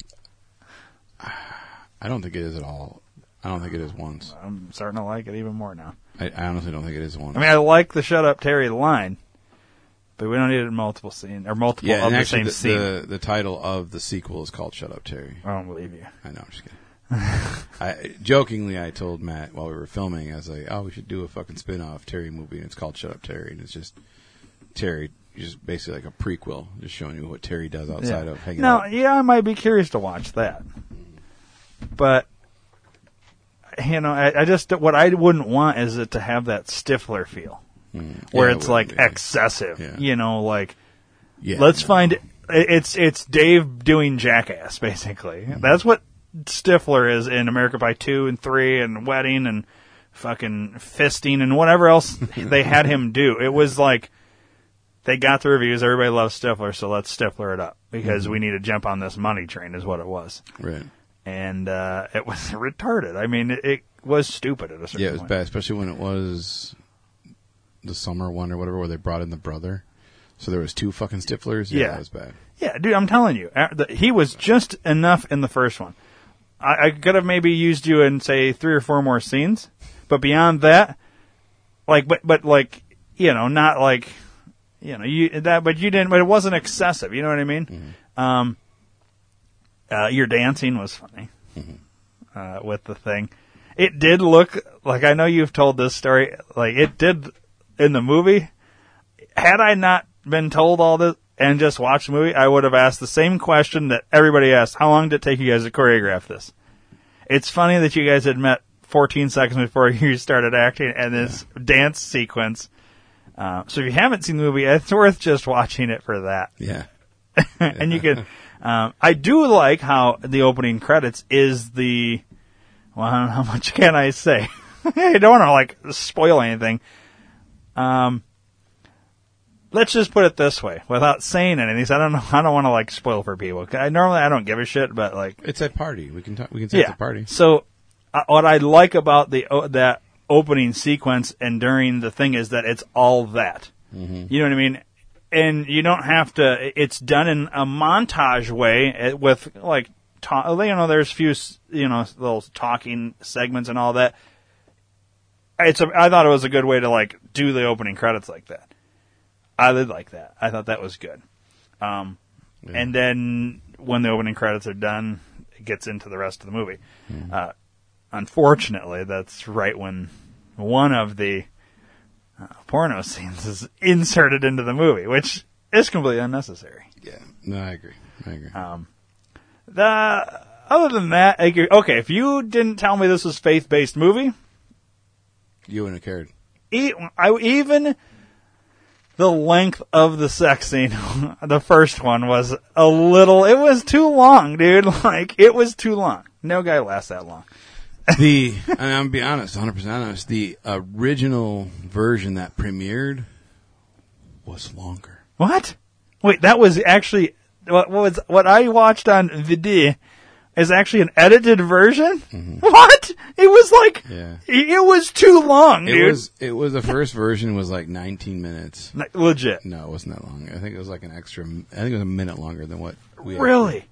Speaker 3: I don't think it is at all. I don't think it is once.
Speaker 2: I'm starting to like it even more now.
Speaker 3: I, I honestly don't think it is once.
Speaker 2: I mean, I like the shut up Terry line, but we don't need it in multiple scene or multiple
Speaker 3: yeah,
Speaker 2: of
Speaker 3: and
Speaker 2: the
Speaker 3: actually,
Speaker 2: same
Speaker 3: the,
Speaker 2: scene.
Speaker 3: the the title of the sequel is called "Shut Up, Terry."
Speaker 2: I don't believe you.
Speaker 3: I know. I'm just kidding. I jokingly I told Matt while we were filming, I was like, "Oh, we should do a fucking spin-off Terry movie, and it's called Shut Up, Terry." And it's just Terry, just basically like a prequel, just showing you what Terry does outside
Speaker 2: Yeah.
Speaker 3: of hanging
Speaker 2: no,
Speaker 3: out.
Speaker 2: yeah, I might be curious to watch that, but you know, I, I just what I wouldn't want is it to have that Stifler feel, where
Speaker 3: Hmm. Yeah,
Speaker 2: it's
Speaker 3: it
Speaker 2: like
Speaker 3: wouldn't be.
Speaker 2: excessive.
Speaker 3: Yeah.
Speaker 2: You know, like
Speaker 3: Yeah,
Speaker 2: let's
Speaker 3: no.
Speaker 2: find it- it's it's Dave doing jackass basically.
Speaker 3: Mm-hmm.
Speaker 2: That's what Stifler is in America by two and three and wedding and fucking fisting and whatever else they had him do. It was like they got the reviews. Everybody loves Stifler, so let's Stifler it up
Speaker 3: Mm-hmm.
Speaker 2: because we need to jump on this money train, is what it was.
Speaker 3: right.
Speaker 2: And uh, it was retarded. I mean, it, it was stupid at a certain
Speaker 3: Yeah, it was
Speaker 2: point.
Speaker 3: bad, especially when it was the summer one or whatever, where they brought in the brother. So there was two fucking Stiflers. Yeah,
Speaker 2: Yeah.
Speaker 3: that was bad.
Speaker 2: Yeah, dude, I'm telling you, uh, the- he was just enough in the first one. I, I could have maybe used you in say three or four more scenes, but beyond that, like, but but like, you know, not like, you know, you that, but you didn't, but it wasn't excessive. You know what I mean? Um, uh, your dancing was funny uh, with the thing. It did look like I know you've told this story. Like it did in the movie. Had I not been told all this and just watched the movie, I would have asked the same question that everybody asked: How long did it take you guys to choreograph this? It's funny that you guys had met 14 seconds before you started acting, and this dance sequence. Uh, so if you haven't seen the movie, it's worth just watching it for that
Speaker 3: Yeah,
Speaker 2: and you can. Um, I do like how the opening credits is the. Well, I don't know how much can I say. I don't want to like spoil anything. Um, let's just put it this way, without saying anything. So I don't know. I don't want to like spoil for people. 'Cause I normally I don't give a shit, but like
Speaker 3: it's at party. We can talk. We can say it's at party.
Speaker 2: so, uh, what I like about the o that opening sequence and during the thing is that it's all that.
Speaker 3: Mm-hmm.
Speaker 2: You know what I mean? And you don't have to. It's done in a montage way eh, with like, ta- you know, there's few s- you know little talking segments and all that. It's a, I thought it was a good way to like do the opening credits like that. I did like that. I thought that was good. Um, and then when the opening credits are done, it gets into the rest of the movie. Uh, unfortunately, that's right when one of the uh, porno scenes is inserted into the movie, which is completely unnecessary.
Speaker 3: Yeah, no, I agree. I agree.
Speaker 2: Uh, The other than that, I agree- okay, if you didn't tell me this was faith based movie,
Speaker 3: you wouldn't have cared.
Speaker 2: e- I, even the length of the sex scene, the first one was a little. It was too long, dude. Like it was too long. No guy lasts that long.
Speaker 3: the and I'm gonna be honest, 100 percent honest. The original version that premiered was longer.
Speaker 2: What? Wait, that was actually what was what I watched on VD is actually an edited version. What? It was like
Speaker 3: Mm-hmm. Yeah.
Speaker 2: it, it was too long,
Speaker 3: It
Speaker 2: dude.
Speaker 3: was. It was the first version was like 19 minutes.
Speaker 2: Like, legit.
Speaker 3: No, it wasn't that long. I think it was like an extra. I think it was a minute longer than what we actually-
Speaker 2: Really?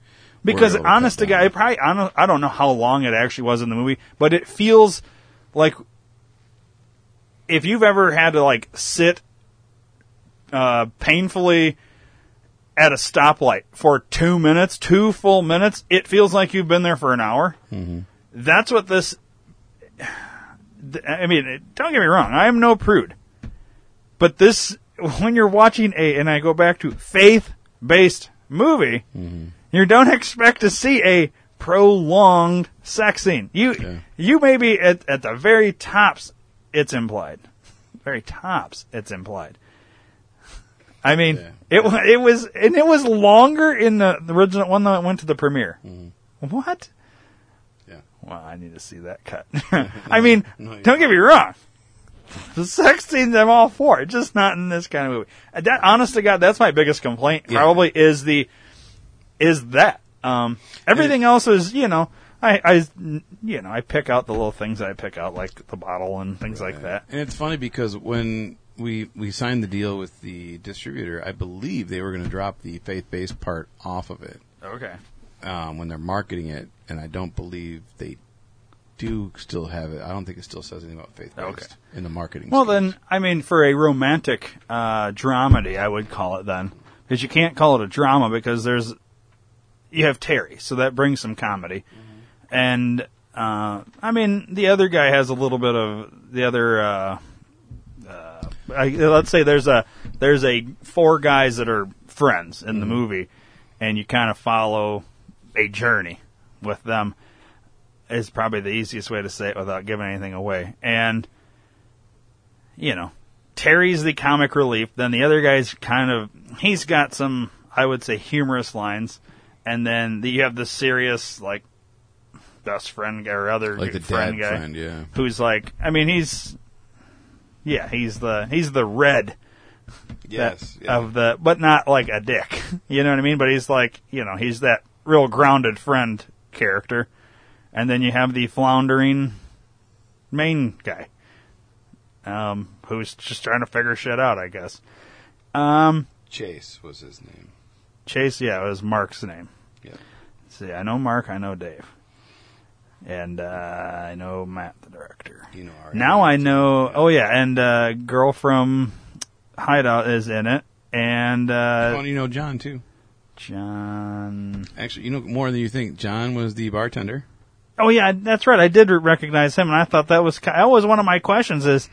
Speaker 2: Because
Speaker 3: able to cut
Speaker 2: honest to
Speaker 3: down.
Speaker 2: God, it probably I don't I don't know how long it actually was in the movie, but it feels like if you've ever had to like sit uh, painfully at a stoplight for two minutes, two full minutes, it feels like you've been there for an hour. Mm-hmm. That's what this. I mean, it- don't get me wrong. I am no prude, but this when you're watching a and I go back to faith based movie,
Speaker 3: Mm-hmm.
Speaker 2: you don't expect to see a prolonged sex scene. You
Speaker 3: Yeah.
Speaker 2: you may be at at the very tops. It's implied. Very tops. It's implied. I mean,
Speaker 3: Yeah.
Speaker 2: it wa- it was and it was longer in the, the original one that went to the premiere.
Speaker 3: Mm-hmm.
Speaker 2: What?
Speaker 3: Yeah.
Speaker 2: Well, I need to see that cut. I mean,
Speaker 3: No, you
Speaker 2: don't get me wrong. The sex scenes I'm all for, just not in this kind of movie. Uh, That, honest to God, that's my biggest complaint.
Speaker 3: Yeah.
Speaker 2: Probably is the is that um, everything else is you know I, I you know I pick out the little things that I pick out like the bottle and things like that.
Speaker 3: And it's funny because when we we signed the deal with the distributor, I believe they were going to drop the faith based part off of it
Speaker 2: Okay.
Speaker 3: um, when they're marketing it, and I don't believe they do still have it. I don't think it still says anything about faith based
Speaker 2: Okay.
Speaker 3: in the marketing.
Speaker 2: Well,
Speaker 3: schemes.
Speaker 2: then, I mean, for a romantic uh, dramedy, I would call it then, because you can't call it a drama because there's you have Terry, so that brings some comedy, and uh, I mean, the other guy has a little bit of the other. Uh, uh, I, let's say there's a there's a four guys that are friends in the movie, and you kind of follow a journey with them. Is probably the easiest way to say it without giving anything away, and you know, Terry's the comic relief. Then the other guy's kind of he's got some I would say humorous lines, and then the, you have the serious like best friend guy or other
Speaker 3: like the
Speaker 2: friend
Speaker 3: dad
Speaker 2: guy
Speaker 3: friend, yeah.
Speaker 2: who's like I mean he's yeah he's the he's the red that-
Speaker 3: Yes. yeah.
Speaker 2: of the but not like a dick you know what I mean but he's like you know he's that real grounded friend character and then you have the floundering main guy um who's just trying to figure shit out I guess um
Speaker 3: Chase was his name.
Speaker 2: Chase yeah it was Mark's name
Speaker 3: Yeah.
Speaker 2: see I know Mark I know Dave and uh, I know Matt the director
Speaker 3: You know. Our
Speaker 2: now I know. Oh yeah, and uh, girl from Hideout is in it, and
Speaker 3: Well,
Speaker 2: uh,
Speaker 3: you know John too.
Speaker 2: John.
Speaker 3: Actually, you know more than you think. John was the bartender.
Speaker 2: Oh yeah, that's right. I did recognize him, and I thought that was ki- that was one of my questions: is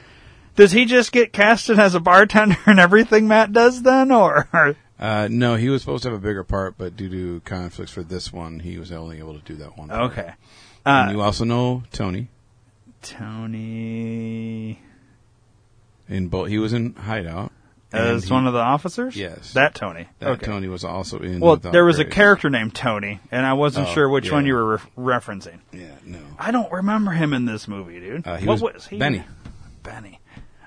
Speaker 2: does he just get casted as a bartender and everything Matt does then, or or-
Speaker 3: Uh, no, he was supposed to have a bigger part, but due to conflicts for this one, he was only able to do that one. part.
Speaker 2: okay,
Speaker 3: And
Speaker 2: uh,
Speaker 3: you also know Tony
Speaker 2: Tony
Speaker 3: in both. He was in Hideout.
Speaker 2: as one of the officers.
Speaker 3: Yes.
Speaker 2: that Tony.
Speaker 3: That
Speaker 2: okay.
Speaker 3: Tony was also in.
Speaker 2: Well,
Speaker 3: Without
Speaker 2: there was a
Speaker 3: Grace.
Speaker 2: character named Tony, and I wasn't
Speaker 3: Oh,
Speaker 2: sure which
Speaker 3: yeah.
Speaker 2: one you were re- referencing.
Speaker 3: Yeah, no.
Speaker 2: I don't remember him in this movie, dude.
Speaker 3: Uh, he
Speaker 2: what
Speaker 3: was
Speaker 2: he?
Speaker 3: Benny.
Speaker 2: Benny.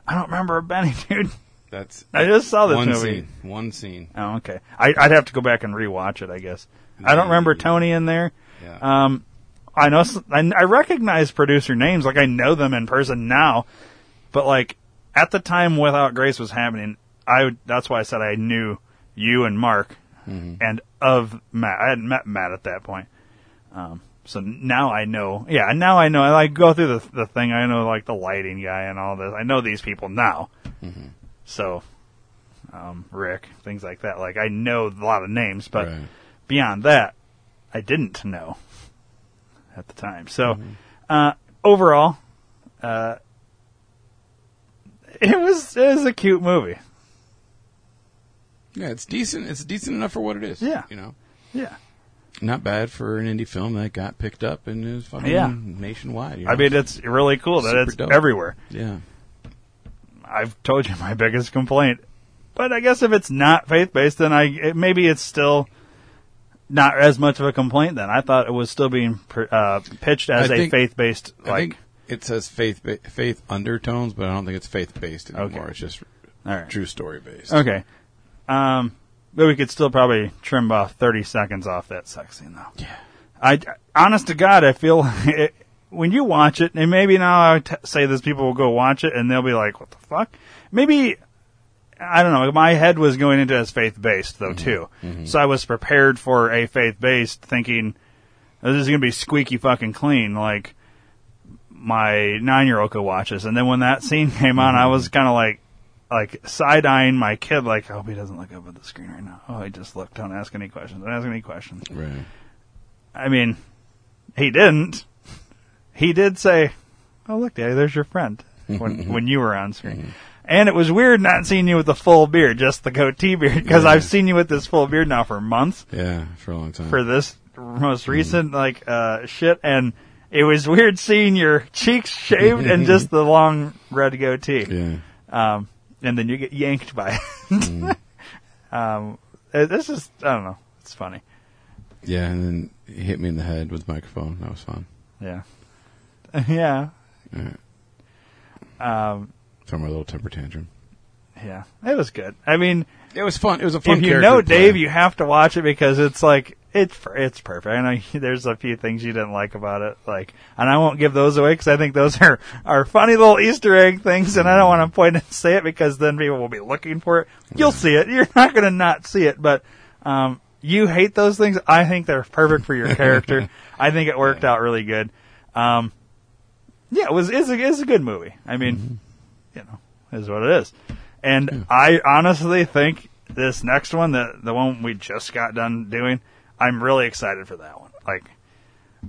Speaker 2: I don't remember a Benny, dude.
Speaker 3: That's
Speaker 2: I just saw this
Speaker 3: one
Speaker 2: movie.
Speaker 3: scene. One scene.
Speaker 2: Oh, okay. I, I'd have to go back and rewatch it, I guess. I don't remember
Speaker 3: Yeah.
Speaker 2: Tony in there.
Speaker 3: Yeah.
Speaker 2: Um, I know s- I, I recognize producer names, like I know them in person now, but like at the time Without Grace was happening, I would- that's why I said I knew you and Mark
Speaker 3: Mm-hmm.
Speaker 2: and of Matt. I hadn't met Matt at that point. Um, so now I know, yeah, now I know. I like go through the the thing. I know like the lighting guy and all this. I know these people now.
Speaker 3: Mm-hmm.
Speaker 2: So, um, Rick, things like that. Like I know a lot of names, but
Speaker 3: Right.
Speaker 2: beyond that, I didn't know at the time. So,
Speaker 3: Mm-hmm.
Speaker 2: uh, overall, uh, it was it was a cute movie.
Speaker 3: yeah, it's decent. It's decent enough for what it is.
Speaker 2: Yeah.
Speaker 3: you know,
Speaker 2: Yeah,
Speaker 3: not bad for an indie film that got picked up and is fucking
Speaker 2: Yeah.
Speaker 3: nationwide. you
Speaker 2: I
Speaker 3: know?
Speaker 2: mean it's really cool that
Speaker 3: Super
Speaker 2: it's
Speaker 3: dope.
Speaker 2: everywhere.
Speaker 3: yeah,
Speaker 2: I've told you my biggest complaint, but I guess if it's not faith based, then I it, maybe it's still. Not as much of a complaint then. I thought it was still being pr- uh, pitched as
Speaker 3: I
Speaker 2: a
Speaker 3: think-
Speaker 2: faith-based. Like,
Speaker 3: I think it says faith ba- faith undertones, but I don't think it's faith based anymore.
Speaker 2: Okay.
Speaker 3: It's just
Speaker 2: All right.
Speaker 3: True story based.
Speaker 2: Okay. Um, but we could still probably trim about 30 seconds off that sex scene, though. Yeah. I, honest to God, I feel it, when you watch it, and maybe now I would t- say this, people will go watch it and they'll be like, what the fuck? Maybe, I don't know, my head was going into it as faith based, though, too. So I was prepared for a faith based thinking, this is going to be squeaky fucking clean. Like, my nine year old could watch this. And then when that scene came on, I was kind of like, like side eyeing my kid, like, I hope he doesn't look up at the screen right now. Oh, he just looked. Don't ask any questions. Don't ask any questions.
Speaker 3: Right.
Speaker 2: I mean, he didn't. He did say, "Oh, look, Daddy, there's your friend." When when you were on screen, and it was weird not seeing you with the full beard, just the goatee beard, because I've seen you with this full beard now for months
Speaker 3: Yeah, for a long time.
Speaker 2: for this most recent like uh shit, and it was weird seeing your cheeks shaved and just the long red goatee
Speaker 3: yeah.
Speaker 2: um, and then you get yanked by it. um, uh, this is I don't know. It's funny.
Speaker 3: Yeah, and then he hit me in the head with the microphone. That was fun.
Speaker 2: Yeah, yeah,
Speaker 3: Yeah.
Speaker 2: um,
Speaker 3: Throw my little temper tantrum.
Speaker 2: yeah. It was good. I mean,
Speaker 3: It was fun. It was a fun
Speaker 2: if you
Speaker 3: character
Speaker 2: know
Speaker 3: play.
Speaker 2: Dave, you have to watch it because it's like it's per- it's perfect. I know there's a few things you didn't like about it, like, and I won't give those away because I think those are are funny little Easter egg things, and I don't want to point and say it because then people will be looking for it. You'll see it. You're not going to not see it, but um, you hate those things. I think they're perfect for your character. I think it worked out really good. Um, yeah, it was it's a, it's a good movie. I mean
Speaker 3: Mm-hmm.
Speaker 2: you know, is what it is. And I honestly think this next one, the the one we just got done doing, I'm really excited for that one. Like,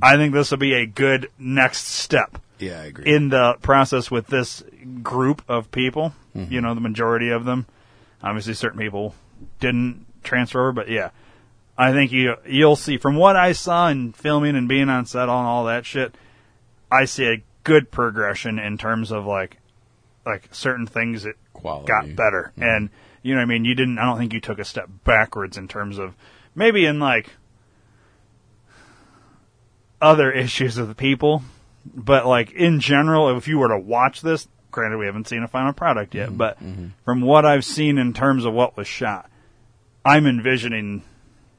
Speaker 2: I think this will be a good next step
Speaker 3: Yeah, I agree.
Speaker 2: in the process with this group of people. You know, the majority of them. Obviously, certain people didn't transfer over, but yeah, I think you you'll see from what I saw in filming and being on set and all that shit. I see a good progression in terms of like like certain things that
Speaker 3: Quality. Mm-hmm.
Speaker 2: got better, and you know, what I mean, you didn't. I don't think you took a step backwards in terms of maybe in like other issues with the people, but like in general, if you were to watch this, granted we haven't seen a final product
Speaker 3: Mm-hmm.
Speaker 2: yet, but from what I've seen in terms of what was shot, I'm envisioning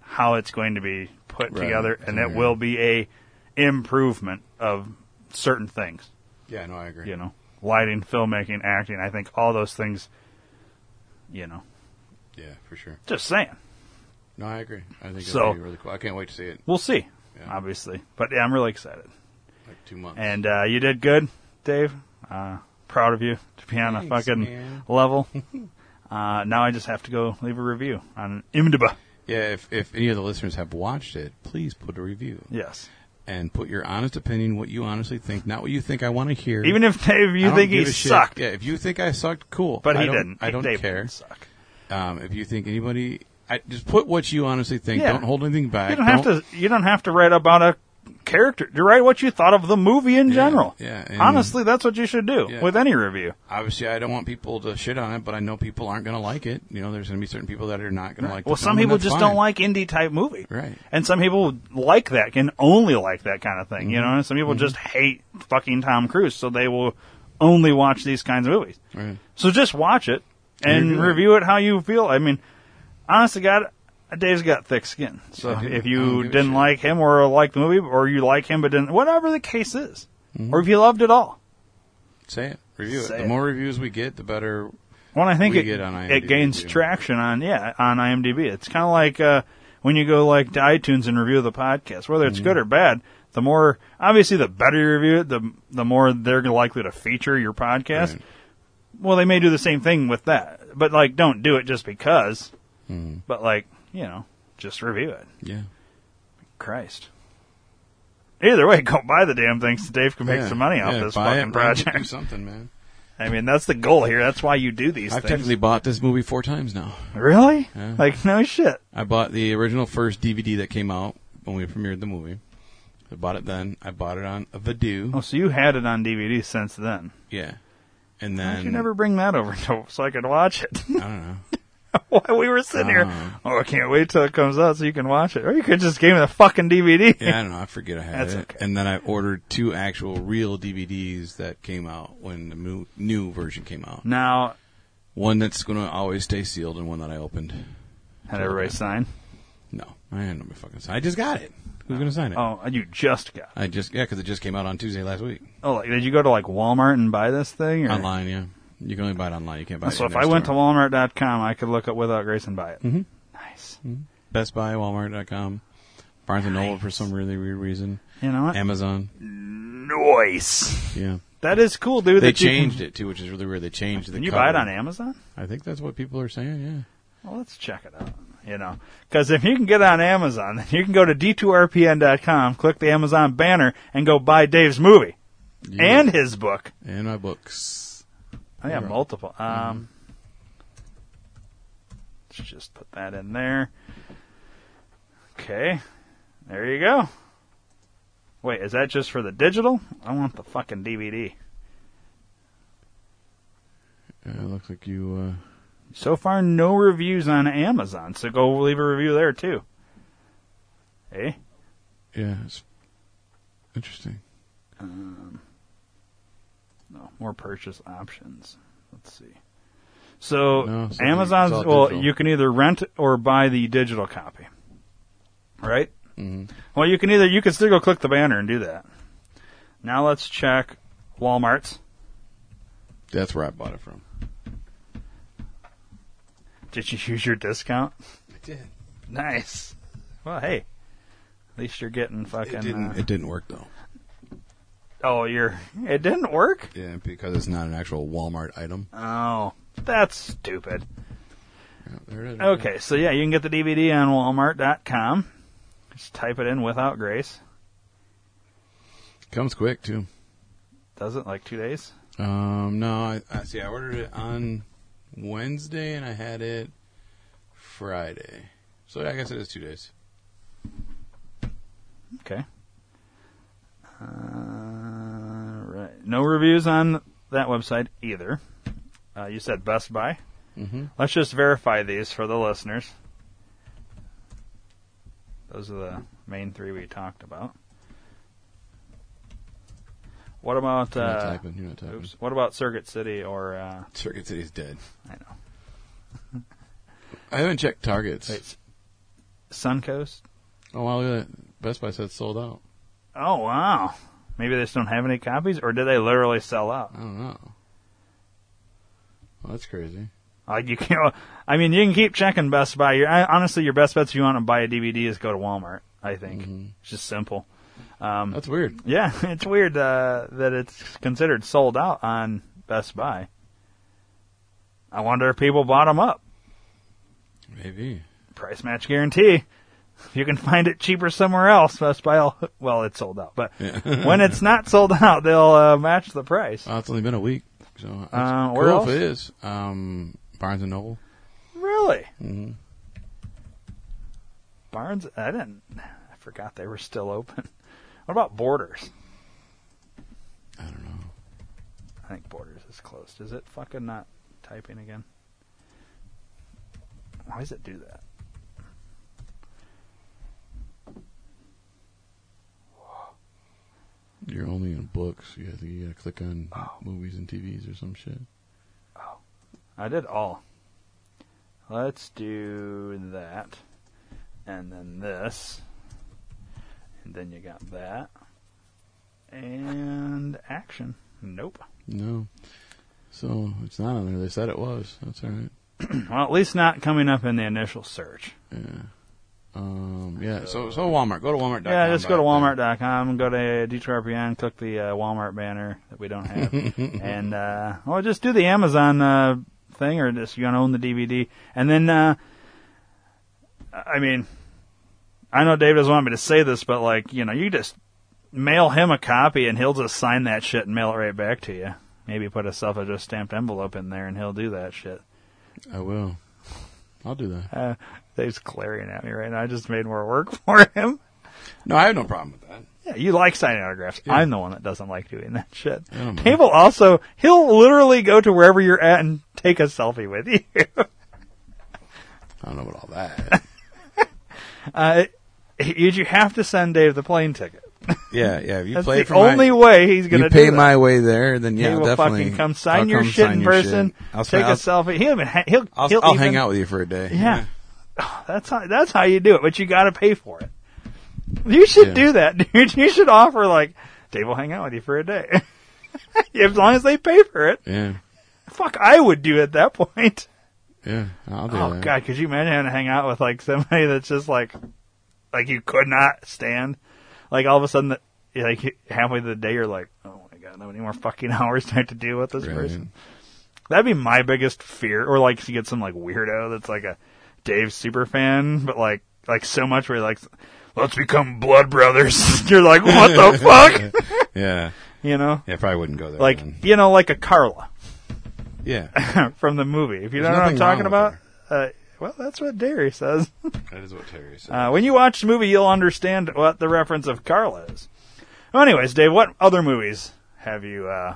Speaker 2: how it's going to be put
Speaker 3: Right.
Speaker 2: together, and it
Speaker 3: Yeah.
Speaker 2: will be a improvement of certain things.
Speaker 3: yeah, no, I agree.
Speaker 2: You know, lighting, filmmaking, acting. I think all those things. You know,
Speaker 3: Yeah, for sure.
Speaker 2: just saying.
Speaker 3: No, I agree. I think
Speaker 2: So-
Speaker 3: it'll be really cool. I can't wait to see it.
Speaker 2: We'll see.
Speaker 3: Yeah.
Speaker 2: Obviously, but yeah, I'm really excited.
Speaker 3: Like two months.
Speaker 2: And uh, you did good, Dave. Uh, proud of you to be on a
Speaker 3: Thanks,
Speaker 2: fucking
Speaker 3: man.
Speaker 2: level. uh, now I just have to go leave a review on IMDb.
Speaker 3: yeah, if if any of the listeners have watched it, please put a review
Speaker 2: Yes.
Speaker 3: and put your honest opinion, what you honestly think, not what you think I want to hear.
Speaker 2: Even if Dave,
Speaker 3: I
Speaker 2: you
Speaker 3: don't
Speaker 2: think he
Speaker 3: give a shit.
Speaker 2: sucked,
Speaker 3: Yeah, if you think I sucked, cool.
Speaker 2: but
Speaker 3: I
Speaker 2: he
Speaker 3: don't-
Speaker 2: didn't.
Speaker 3: I don't
Speaker 2: Dave
Speaker 3: care.
Speaker 2: didn't suck.
Speaker 3: Um, if you think anybody, I, just put what you honestly think.
Speaker 2: Yeah.
Speaker 3: Don't hold anything back.
Speaker 2: You don't have to. You don't have to write about a character. You write what you thought of the movie in general.
Speaker 3: yeah, and-
Speaker 2: Honestly, that's what you should do
Speaker 3: Yeah.
Speaker 2: with any review.
Speaker 3: Obviously, I don't want people to shit on it, but I know people aren't going to like it. You know, there's going to be certain people that are not going to like. the
Speaker 2: Well, some
Speaker 3: film, and
Speaker 2: people
Speaker 3: that's
Speaker 2: just
Speaker 3: fine.
Speaker 2: don't like indie type movie,
Speaker 3: Right.
Speaker 2: And some people like that can only like that kind of thing.
Speaker 3: Mm-hmm.
Speaker 2: You know, some people just hate fucking Tom Cruise, so they will only watch these kinds of movies.
Speaker 3: Right.
Speaker 2: So just watch it and
Speaker 3: Review
Speaker 2: review
Speaker 3: it.
Speaker 2: it. how you feel. I mean, honestly, God, Dave's got thick skin. So
Speaker 3: I do.
Speaker 2: if
Speaker 3: I don't
Speaker 2: you
Speaker 3: give a
Speaker 2: didn't
Speaker 3: shit.
Speaker 2: like him or like the movie, or you like him but didn't, whatever the case is,
Speaker 3: Mm-hmm.
Speaker 2: or if you loved it all.
Speaker 3: Say it. Review
Speaker 2: Say
Speaker 3: it. The
Speaker 2: it.
Speaker 3: more reviews we get, the better.
Speaker 2: Well, I think
Speaker 3: We
Speaker 2: it,
Speaker 3: get on
Speaker 2: it
Speaker 3: IMDb,
Speaker 2: gains
Speaker 3: too.
Speaker 2: traction on yeah on IMDb. It's kind of like uh, when you go like to iTunes and review the podcast, whether it's
Speaker 3: Mm-hmm.
Speaker 2: good or bad. The more obviously, the better you review it, the the more they're likely to feature your podcast.
Speaker 3: Right.
Speaker 2: Well, they may do the same thing with that, but like, don't do it just because.
Speaker 3: Mm-hmm.
Speaker 2: But like, you know, just review it.
Speaker 3: Yeah.
Speaker 2: Christ. Either way, go buy the damn things. so Dave can make
Speaker 3: Yeah.
Speaker 2: some money off
Speaker 3: Yeah,
Speaker 2: this
Speaker 3: buy
Speaker 2: fucking
Speaker 3: it, rent it, Do
Speaker 2: project.
Speaker 3: something, man.
Speaker 2: I mean, that's the goal here. That's why you do these
Speaker 3: I've
Speaker 2: things.
Speaker 3: technically bought this movie four times now.
Speaker 2: Really?
Speaker 3: Yeah.
Speaker 2: Like no shit.
Speaker 3: I bought the original first DVD that came out when we premiered the movie. I bought it then. I bought it on Vadu.
Speaker 2: Oh, so you had it on DVD since then.
Speaker 3: Yeah. And
Speaker 2: Why
Speaker 3: then
Speaker 2: did you never bring that over to, so I could watch it?
Speaker 3: I don't know.
Speaker 2: While we were sitting here,
Speaker 3: Oh.
Speaker 2: oh, I can't wait till it comes out so you can watch it. Or you could just give me the fucking DVD.
Speaker 3: Yeah, I don't know. I forget I had
Speaker 2: That's
Speaker 3: it.
Speaker 2: okay.
Speaker 3: And then I ordered two actual real DVDs that came out when the mo- new version came out.
Speaker 2: Now,
Speaker 3: One that's going to always stay sealed and one that I opened.
Speaker 2: Had everybody sign?
Speaker 3: No, I had nobody fucking sign. I just got it. Who's going to sign it?
Speaker 2: Oh, you just got.
Speaker 3: I just yeah, because it just came out on Tuesday last week
Speaker 2: Oh, like, did you go to like Walmart and buy this thing? Or? Oh,
Speaker 3: online. Yeah, you can only buy it online. You can't buy it.
Speaker 2: So
Speaker 3: in
Speaker 2: if
Speaker 3: their
Speaker 2: I went to
Speaker 3: store.
Speaker 2: Walmart.com, I could look up without grace and buy it. Mm-hmm. Nice.
Speaker 3: Best Buy, Walmart.com, Barnes and Noble for some really weird reason,
Speaker 2: You know what?
Speaker 3: Amazon.
Speaker 2: Noise.
Speaker 3: Yeah,
Speaker 2: That is cool, dude.
Speaker 3: they
Speaker 2: that you can-
Speaker 3: changed it too, which is really weird. They changed the.
Speaker 2: Can you buy it
Speaker 3: cover.
Speaker 2: on Amazon?
Speaker 3: I think that's what people are saying. Yeah.
Speaker 2: Well, let's check it out. You know, because if you can get on Amazon, then you can go to d2rpn.com, click the Amazon banner, and go buy Dave's movie
Speaker 3: Yeah.
Speaker 2: and his book.
Speaker 3: and my books.
Speaker 2: I have
Speaker 3: Yeah. Mm-hmm.
Speaker 2: multiple. Um, let's just put that in there. Okay, there you go. Wait, is that just for the digital? I want the fucking DVD.
Speaker 3: Uh, looks like you.
Speaker 2: So far, no reviews on Amazon, so go leave a review there too. Eh?
Speaker 3: Uh, yeah, it's interesting.
Speaker 2: No, more purchase options. Let's see. So
Speaker 3: No, it's all-
Speaker 2: Amazon's
Speaker 3: it's all
Speaker 2: well,
Speaker 3: digital.
Speaker 2: you can either rent or buy the digital copy, right?
Speaker 3: Mhm.
Speaker 2: Well, you can either you can still go click the banner and do that. Now let's check Walmart's.
Speaker 3: That's where I bought it from.
Speaker 2: Did you use your discount?
Speaker 3: I did.
Speaker 2: Nice. Well, hey, at least you're getting fucking.
Speaker 3: It didn't.
Speaker 2: uh,
Speaker 3: It didn't work though.
Speaker 2: oh, you're. It didn't work.
Speaker 3: Yeah, because it's not an actual Walmart item.
Speaker 2: Oh, that's stupid.
Speaker 3: Yeah, there it is.
Speaker 2: Okay, so yeah, you can get the DVD on Walmart.com. Just type it in without grace.
Speaker 3: Comes quick too.
Speaker 2: Does it like two days?
Speaker 3: Um, no, I, I see. I ordered it on Wednesday and I had it Friday. So I guess it is two days.
Speaker 2: Okay. Uh, right. No reviews on that website either. Uh, you said Best Buy.
Speaker 3: Mm-hmm.
Speaker 2: Let's just verify these for the listeners. Those are the main three we talked about. What about
Speaker 3: you're not
Speaker 2: uh,
Speaker 3: typing. You're not typing.
Speaker 2: oops, what about Circuit City or uh,
Speaker 3: Circuit City's dead.
Speaker 2: I know
Speaker 3: I haven't checked Targets.
Speaker 2: wait, S- Suncoast?
Speaker 3: Oh wow, look at that. Best Buy said sold out.
Speaker 2: Oh wow! Maybe they just don't have any copies, or did they literally sell out?
Speaker 3: I don't know. Well, that's crazy.
Speaker 2: Like you can, I mean, you can keep checking Best Buy. Your I- honestly, your best bets if you want to buy a DVD is go to Walmart. I think it's just simple. Um,
Speaker 3: That's weird.
Speaker 2: yeah, it's weird uh, that it's considered sold out on Best Buy. I wonder if people bought them up.
Speaker 3: Maybe.
Speaker 2: Price match guarantee. If you can find it cheaper somewhere else, Best Buy. Will, well, it's sold out, but when it's not sold out, they'll uh, match the price.
Speaker 3: Well, it's only been a week, so it's
Speaker 2: Uh,
Speaker 3: cool
Speaker 2: where else?
Speaker 3: if it is. Um, Barnes and Noble.
Speaker 2: Really?
Speaker 3: Mm-hmm.
Speaker 2: Barnes, I didn't. I forgot they were still open. What about Borders?
Speaker 3: I don't know.
Speaker 2: I think Borders is closed. Is it fucking not typing again? Why does it do that?
Speaker 3: You're only in books. You gotta, you gotta click on
Speaker 2: Oh.
Speaker 3: movies and TVs or some shit.
Speaker 2: I did all. Let's do that. And then this. And then you got that. And action. Nope.
Speaker 3: No. So it's not on there. They said it was. That's all right.
Speaker 2: Well, at least not coming up in the initial search.
Speaker 3: Yeah. Um, yeah. So so Walmart. Go to Walmart.
Speaker 2: Yeah, just go to Walmart.com, go to DetroitRPN, click the uh, Walmart banner that we don't have, and uh, or just do the Amazon uh, thing, or just you gonna own the DVD, and then uh, I mean, I know Dave doesn't want me to say this, but like you know, you just mail him a copy, and he'll just sign that shit and mail it right back to you. Maybe put a self-addressed stamped envelope in there, and he'll do that shit.
Speaker 3: I will. I'll do that.
Speaker 2: Uh, Dave's glaring at me right now. I just made more work for him.
Speaker 3: No, I have no problem with that.
Speaker 2: Yeah, you like signing autographs. I'm the one that doesn't like doing that shit.
Speaker 3: I don't mind.
Speaker 2: Cable also, he'll literally go to wherever you're at and take a selfie with you.
Speaker 3: I don't know about all that.
Speaker 2: Uh, you you have to send Dave the plane ticket.
Speaker 3: Yeah, yeah. If you
Speaker 2: That's
Speaker 3: play
Speaker 2: the
Speaker 3: for my-
Speaker 2: only way he's going to
Speaker 3: you pay
Speaker 2: do that.
Speaker 3: my way there, then yeah,
Speaker 2: he will
Speaker 3: definitely.
Speaker 2: fucking come sign
Speaker 3: I'll
Speaker 2: your
Speaker 3: come
Speaker 2: shit
Speaker 3: sign
Speaker 2: in
Speaker 3: your
Speaker 2: person.
Speaker 3: shit. I'll,
Speaker 2: take
Speaker 3: I'll,
Speaker 2: a selfie. He'll even ha- he'll
Speaker 3: I'll,
Speaker 2: he'll
Speaker 3: I'll
Speaker 2: even-
Speaker 3: hang out with you for a day.
Speaker 2: Yeah, that's how that's how you do it. But you got to pay for it. You should
Speaker 3: Yeah.
Speaker 2: do that, dude. You should offer like Dave will hang out with you for a day, as long as they pay for it.
Speaker 3: yeah,
Speaker 2: Fuck, I would do at that point.
Speaker 3: yeah. I'll do
Speaker 2: Oh
Speaker 3: that.
Speaker 2: god, could you imagine having to hang out with like somebody that's just like, like you could not stand? Like all of a sudden, the, you're, like halfway through the day, you're like, oh my god, how many more fucking hours do I have to deal with this
Speaker 3: Right.
Speaker 2: person? That'd be my biggest fear. Or like you get some like weirdo that's like a Dave super fan, but like like so much where he likes, let's become blood brothers. you're like, what the fuck?
Speaker 3: Yeah,
Speaker 2: You know,
Speaker 3: yeah. Probably wouldn't go there.
Speaker 2: like
Speaker 3: then.
Speaker 2: you know, like a Carla
Speaker 3: yeah,
Speaker 2: from the movie. If you
Speaker 3: There's
Speaker 2: don't know what I'm
Speaker 3: nothing
Speaker 2: talking
Speaker 3: wrong
Speaker 2: about,
Speaker 3: with
Speaker 2: uh, well, that's what Derry says.
Speaker 3: that is what Terry said.
Speaker 2: Uh, when you watch the movie, you'll understand what the reference of Carla is. Well, anyways, Dave, what other movies have you? Uh,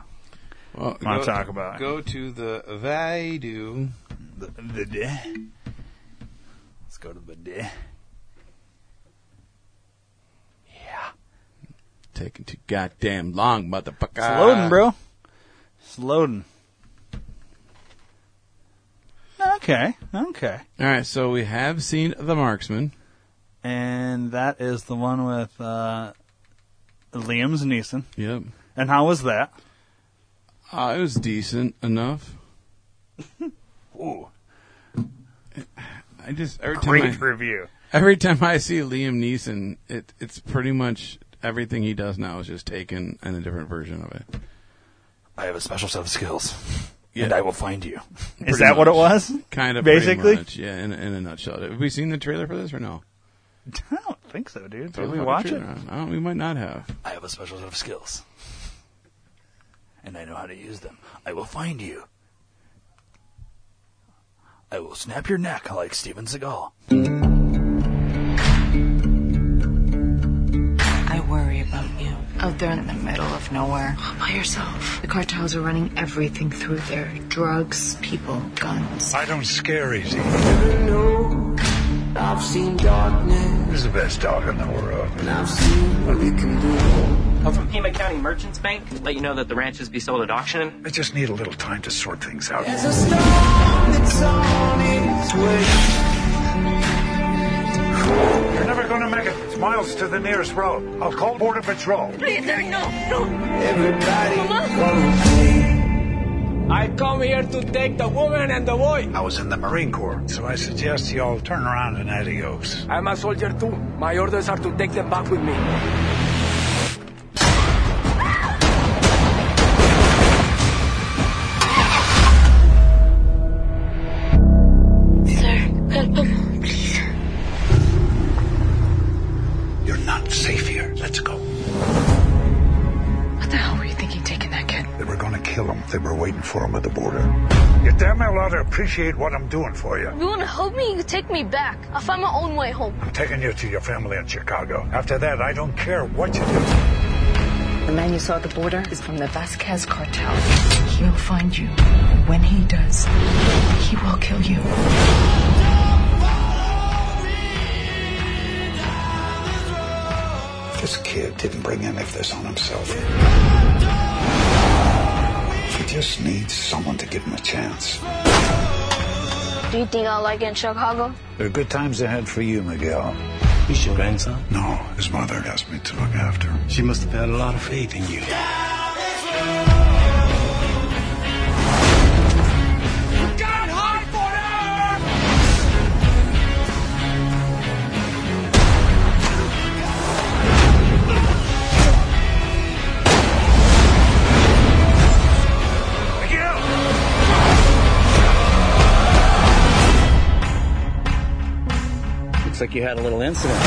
Speaker 3: well,
Speaker 2: wanna talk about it.
Speaker 3: Go to the they do.
Speaker 2: the, the Let's go to the day.
Speaker 3: Taking too goddamn long, motherfucker.
Speaker 2: It's loading, bro. It's loading. Okay, okay.
Speaker 3: All right, so we have seen the marksman.
Speaker 2: And that is the one with uh, Liam's Neeson.
Speaker 3: Yep.
Speaker 2: And how was that?
Speaker 3: Uh, it was decent enough.
Speaker 2: Ooh,
Speaker 3: I just every time I,
Speaker 2: great review.
Speaker 3: Every time I see Liam Neeson, it it's pretty much everything he does now is just taken and a different version of it.
Speaker 2: I have a special set of skills,
Speaker 3: Yeah. and I
Speaker 2: will find you.
Speaker 3: Pretty
Speaker 2: Is that what it
Speaker 3: much.
Speaker 2: was?
Speaker 3: Kind of
Speaker 2: Basically?
Speaker 3: pretty much, yeah. In, in a nutshell, have we seen the trailer for this or no?
Speaker 2: I don't think so, dude.
Speaker 3: Throw
Speaker 2: Did
Speaker 3: the
Speaker 2: we
Speaker 3: fucking
Speaker 2: watch it?
Speaker 3: trailer on. I don't, we might not have.
Speaker 2: I have a special set of skills. And I know how to use them. I will find you. I will snap your neck like Steven Seagal.
Speaker 6: I worry about you. Out there in the middle of nowhere. All by yourself. The cartels are running everything through there drugs, people, guns.
Speaker 7: I don't scare easy. Who's the best dog in the world?
Speaker 8: Call Oh, from Pima County Merchants Bank. Let you know that the ranches be sold at auction.
Speaker 7: I just need a little time to sort things out. You're never gonna make it. It's miles to the nearest road. I'll call Border Patrol.
Speaker 9: I come here to take the woman and the boy.
Speaker 7: I was in the Marine Corps, so I suggest you all turn around and adios.
Speaker 9: I'm a soldier too. My orders are to take them back with me.
Speaker 10: uh,
Speaker 7: You're not safe here. Let's go.
Speaker 6: What the hell were you thinking taking that kid?
Speaker 7: They were gonna kill him. They were waiting for him at the border. You damn well ought to appreciate what I'm doing for you.
Speaker 10: You want to help me? You take me back. I'll find my own way home.
Speaker 7: I'm taking you to your family in Chicago. After that, I don't care what you do.
Speaker 6: The man you saw at the border is from the Vasquez cartel. He will find you. When he does, he will kill you.
Speaker 7: This kid didn't bring any of this on himself. He just needs someone to give him a chance.
Speaker 10: Do you think I'll like it in Chicago?
Speaker 7: There are good times ahead for you, Miguel.
Speaker 9: He's your grandson.
Speaker 7: No, his mother asked me to look after him.
Speaker 9: She must have had a lot of faith in you.
Speaker 7: Miguel!
Speaker 9: Looks like you had a little incident.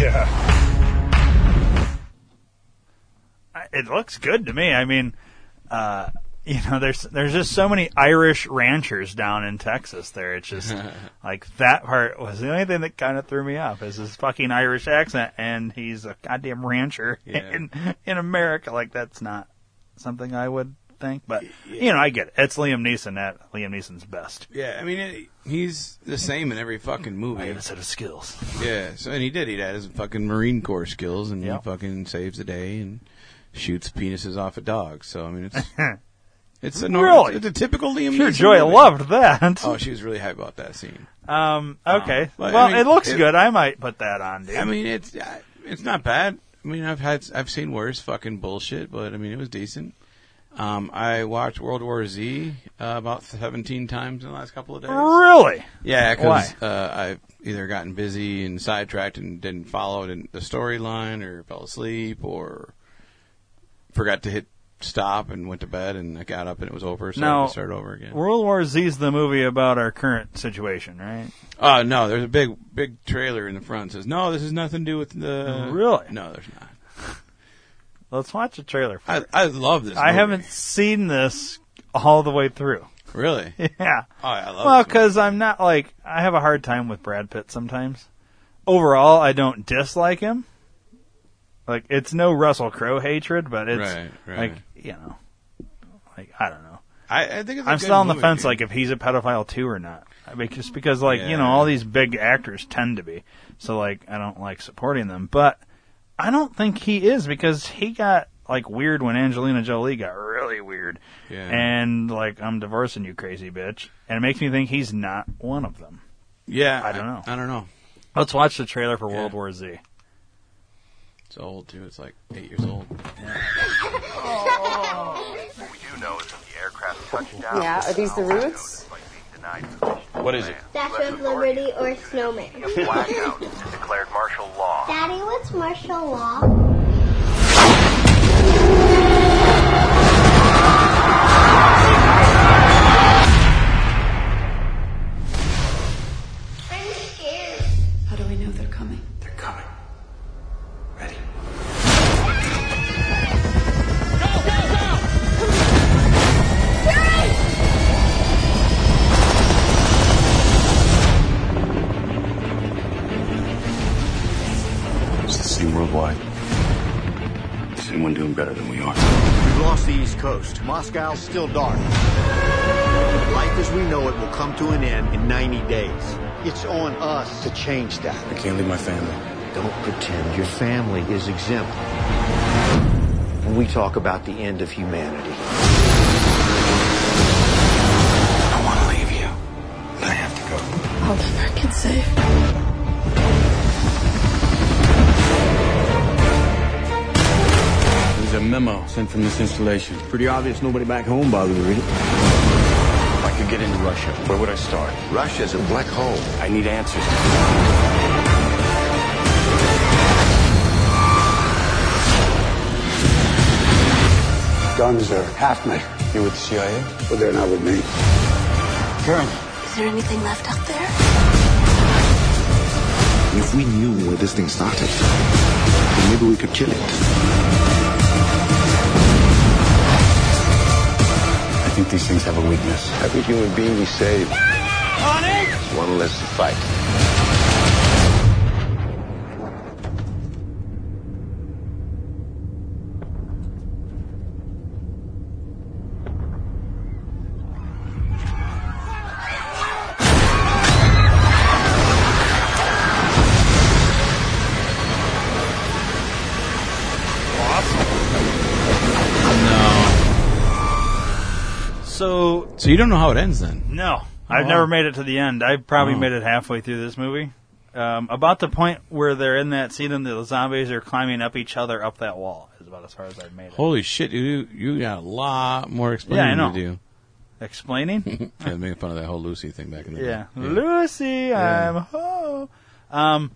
Speaker 7: Yeah.
Speaker 2: It looks good to me. I mean, uh, you know, there's there's just so many Irish ranchers down in Texas. There, it's just like that part was the only thing that kind of threw me off is his fucking Irish accent, and he's a goddamn rancher
Speaker 3: Yeah.
Speaker 2: in in America. Like that's not something I would think. But you know, I get it. It's Liam Neeson at Liam Neeson's best.
Speaker 3: Yeah, I mean, it, he's the same in every fucking movie.
Speaker 2: I have a set of skills.
Speaker 3: Yeah, so and he did. He had his fucking Marine Corps skills, and
Speaker 2: Yep.
Speaker 3: he fucking saves the day and shoots penises off a dog. So I mean, it's it's a normal,
Speaker 2: Really?
Speaker 3: it's a typical Liam.
Speaker 2: Sure,
Speaker 3: Neeson
Speaker 2: Joy
Speaker 3: movie.
Speaker 2: loved that.
Speaker 3: Oh, she was really hype about that scene.
Speaker 2: Um, okay.
Speaker 3: Well, I
Speaker 2: well,
Speaker 3: mean,
Speaker 2: it looks
Speaker 3: it-
Speaker 2: good. I might put that on, dude.
Speaker 3: I mean, it's uh, it's not bad. I mean, I've had I've seen worse fucking bullshit, but I mean, it was decent. Um, I watched World War Z uh, about seventeen times in the last couple of days.
Speaker 2: really?
Speaker 3: Yeah,
Speaker 2: Why?
Speaker 3: because uh, I've either gotten busy and sidetracked and didn't follow it in the storyline, or fell asleep, or forgot to hit stop and went to bed, and I got up and it was over, so I
Speaker 2: Now-
Speaker 3: had to start over again.
Speaker 2: World War Z is the movie about our current situation, right?
Speaker 3: Oh no, there's a big big trailer in the front that says no, this has nothing to do with the
Speaker 2: Really?
Speaker 3: no, there's not.
Speaker 2: Let's watch a trailer. For
Speaker 3: I I love this.
Speaker 2: I
Speaker 3: movie.
Speaker 2: haven't seen this all the way through.
Speaker 3: really.
Speaker 2: Yeah.
Speaker 3: Oh, I love
Speaker 2: Well,
Speaker 3: this movie.
Speaker 2: because I'm not like I have a hard time with Brad Pitt sometimes. Overall, I don't dislike him. Like it's no Russell Crowe hatred, but it's
Speaker 3: Right, right.
Speaker 2: like you know, like I don't know.
Speaker 3: I, I think it's a
Speaker 2: I'm
Speaker 3: good
Speaker 2: still on the
Speaker 3: movie,
Speaker 2: fence,
Speaker 3: dude.
Speaker 2: like if he's a pedophile too or not. I mean, just because like you know
Speaker 3: Yeah.
Speaker 2: all these big actors tend to be, so like I don't like supporting them, but I don't think he is because he got like weird when Angelina Jolie got really weird,
Speaker 3: Yeah.
Speaker 2: and like I'm divorcing you, crazy bitch, and it makes me think he's not one of them.
Speaker 3: yeah,
Speaker 2: I don't know.
Speaker 3: I, don't know.
Speaker 2: Let's watch the trailer for World
Speaker 3: Yeah.
Speaker 2: War Z.
Speaker 3: It's old too. It's like eight years old.
Speaker 10: Yeah, are these the roots?
Speaker 3: What is it?
Speaker 10: Statue of Liberty or snowman?
Speaker 7: Blackout and declared martial law.
Speaker 10: Daddy, what's martial law? I'm scared.
Speaker 6: How do we know they're coming?
Speaker 5: They're coming. Ready?
Speaker 11: It's the same worldwide. Is anyone doing better than we are?
Speaker 12: We've lost the East Coast. Moscow's still dark. Life as we know it will come to an end in 90 days. It's on us to change that.
Speaker 11: I can't leave my family.
Speaker 12: Don't pretend your family is exempt. When we talk about the end of humanity,
Speaker 11: I want to leave you, but I have to go.
Speaker 6: I'll never get safe.
Speaker 11: There's a memo sent from this installation.
Speaker 12: pretty obvious nobody back home bothered to read it.
Speaker 11: If I could get into Russia, where would I start? Russia's a black hole. I need answers.
Speaker 5: Guns are half measure.
Speaker 11: You with the CIA?
Speaker 5: But they're not with me.
Speaker 11: Karen.
Speaker 10: Is there anything left out there?
Speaker 11: If we knew where this thing started, then maybe we could kill it. I think these things have a weakness.
Speaker 12: Every human being we save, one less to fight.
Speaker 2: So
Speaker 3: So you don't know how it ends then?
Speaker 2: No, I've
Speaker 3: Oh.
Speaker 2: never made it to the end. I probably
Speaker 3: Oh.
Speaker 2: made it halfway through this movie. Um, about the point where they're in that scene and the zombies are climbing up each other up that wall is about as far as I've made it.
Speaker 3: Holy shit, dude! You got a lot more explaining
Speaker 2: Yeah, I know.
Speaker 3: to do.
Speaker 2: Explaining?
Speaker 3: I was making fun of that whole Lucy thing back in the
Speaker 2: yeah.
Speaker 3: day.
Speaker 2: Lucy, I'm ho. Um,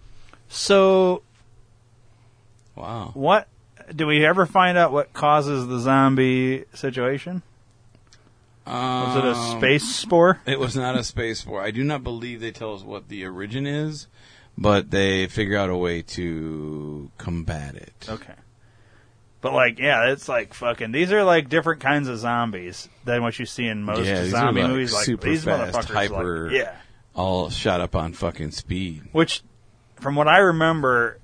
Speaker 2: so
Speaker 3: Wow.
Speaker 2: what do we ever find out what causes the zombie situation? Was it a space spore?
Speaker 3: Um, It was not a space war. I do not believe they tell us what the origin is, but they figure out a way to combat it.
Speaker 2: Okay. But like, yeah, it's like fucking. These are like different kinds of zombies than what you see in most
Speaker 3: Yeah, these
Speaker 2: zombie
Speaker 3: are, like,
Speaker 2: movies. Like
Speaker 3: super
Speaker 2: these
Speaker 3: fast,
Speaker 2: motherfuckers,
Speaker 3: hyper-
Speaker 2: like, yeah.
Speaker 3: All shot up on fucking speed.
Speaker 2: Which, from what I remember,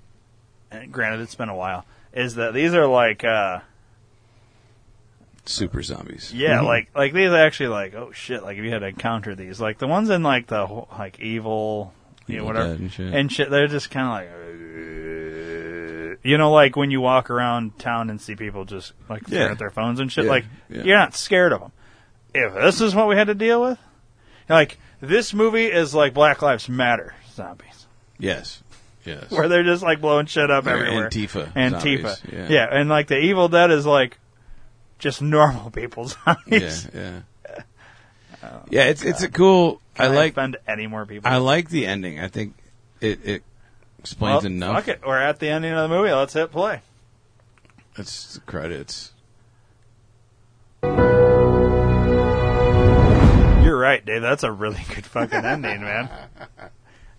Speaker 2: and granted it's been a while, is that these are like uh,
Speaker 3: super zombies.
Speaker 2: Yeah,
Speaker 3: Mhm.
Speaker 2: like like these are actually like oh shit, like if you had to encounter these, like the ones in like the whole- like evil, you know,
Speaker 3: Evil
Speaker 2: whatever
Speaker 3: Dead and shit.
Speaker 2: they're just kind of like uh, you know, like when you walk around town and see people just like
Speaker 3: Yeah.
Speaker 2: staring at their phones and shit,
Speaker 3: Yeah,
Speaker 2: like
Speaker 3: yeah.
Speaker 2: you're not scared of them. If this is what we had to deal with, like this movie is like Black Lives Matter zombies.
Speaker 3: yes, yes.
Speaker 2: Where they're just like blowing shit up
Speaker 3: They're
Speaker 2: everywhere.
Speaker 3: Antifa
Speaker 2: Antifa.
Speaker 3: zombies, yeah.
Speaker 2: and like the Evil Dead is like just normal people
Speaker 3: yeah,
Speaker 2: zombies.
Speaker 3: yeah, yeah. It's it's a cool. I
Speaker 2: Uh, Can I
Speaker 3: like
Speaker 2: offend any more people?
Speaker 3: I like the ending. I think it it explains
Speaker 2: Well,
Speaker 3: enough.
Speaker 2: Fuck it. We're at the ending of the movie. Let's hit play.
Speaker 3: It's the credits.
Speaker 2: You're right, Dave. That's a really good fucking ending, man.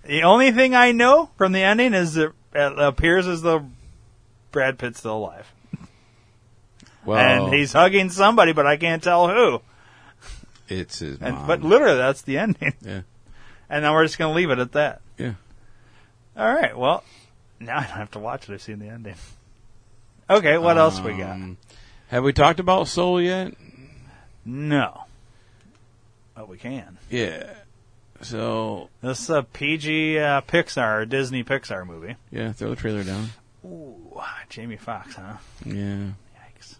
Speaker 2: The only thing I know from the ending is it, it appears as though Brad Pitt's still alive.
Speaker 3: Well,
Speaker 2: and he's hugging somebody, but I can't tell who.
Speaker 3: it's his
Speaker 2: And,
Speaker 3: mom.
Speaker 2: but literally, that's the ending.
Speaker 3: Yeah.
Speaker 2: And then we're just going to leave it at that.
Speaker 3: Yeah.
Speaker 2: All right. Well, now I don't have to watch it. I've seen the ending. Okay. What else we got?
Speaker 3: Um, Have we talked about Soul yet?
Speaker 2: No. But we can.
Speaker 3: Yeah. So
Speaker 2: This is a PG uh, Pixar, Disney Pixar movie.
Speaker 3: yeah, throw the trailer down.
Speaker 2: Ooh, Jamie Foxx, huh?
Speaker 3: Yeah.
Speaker 2: Yikes.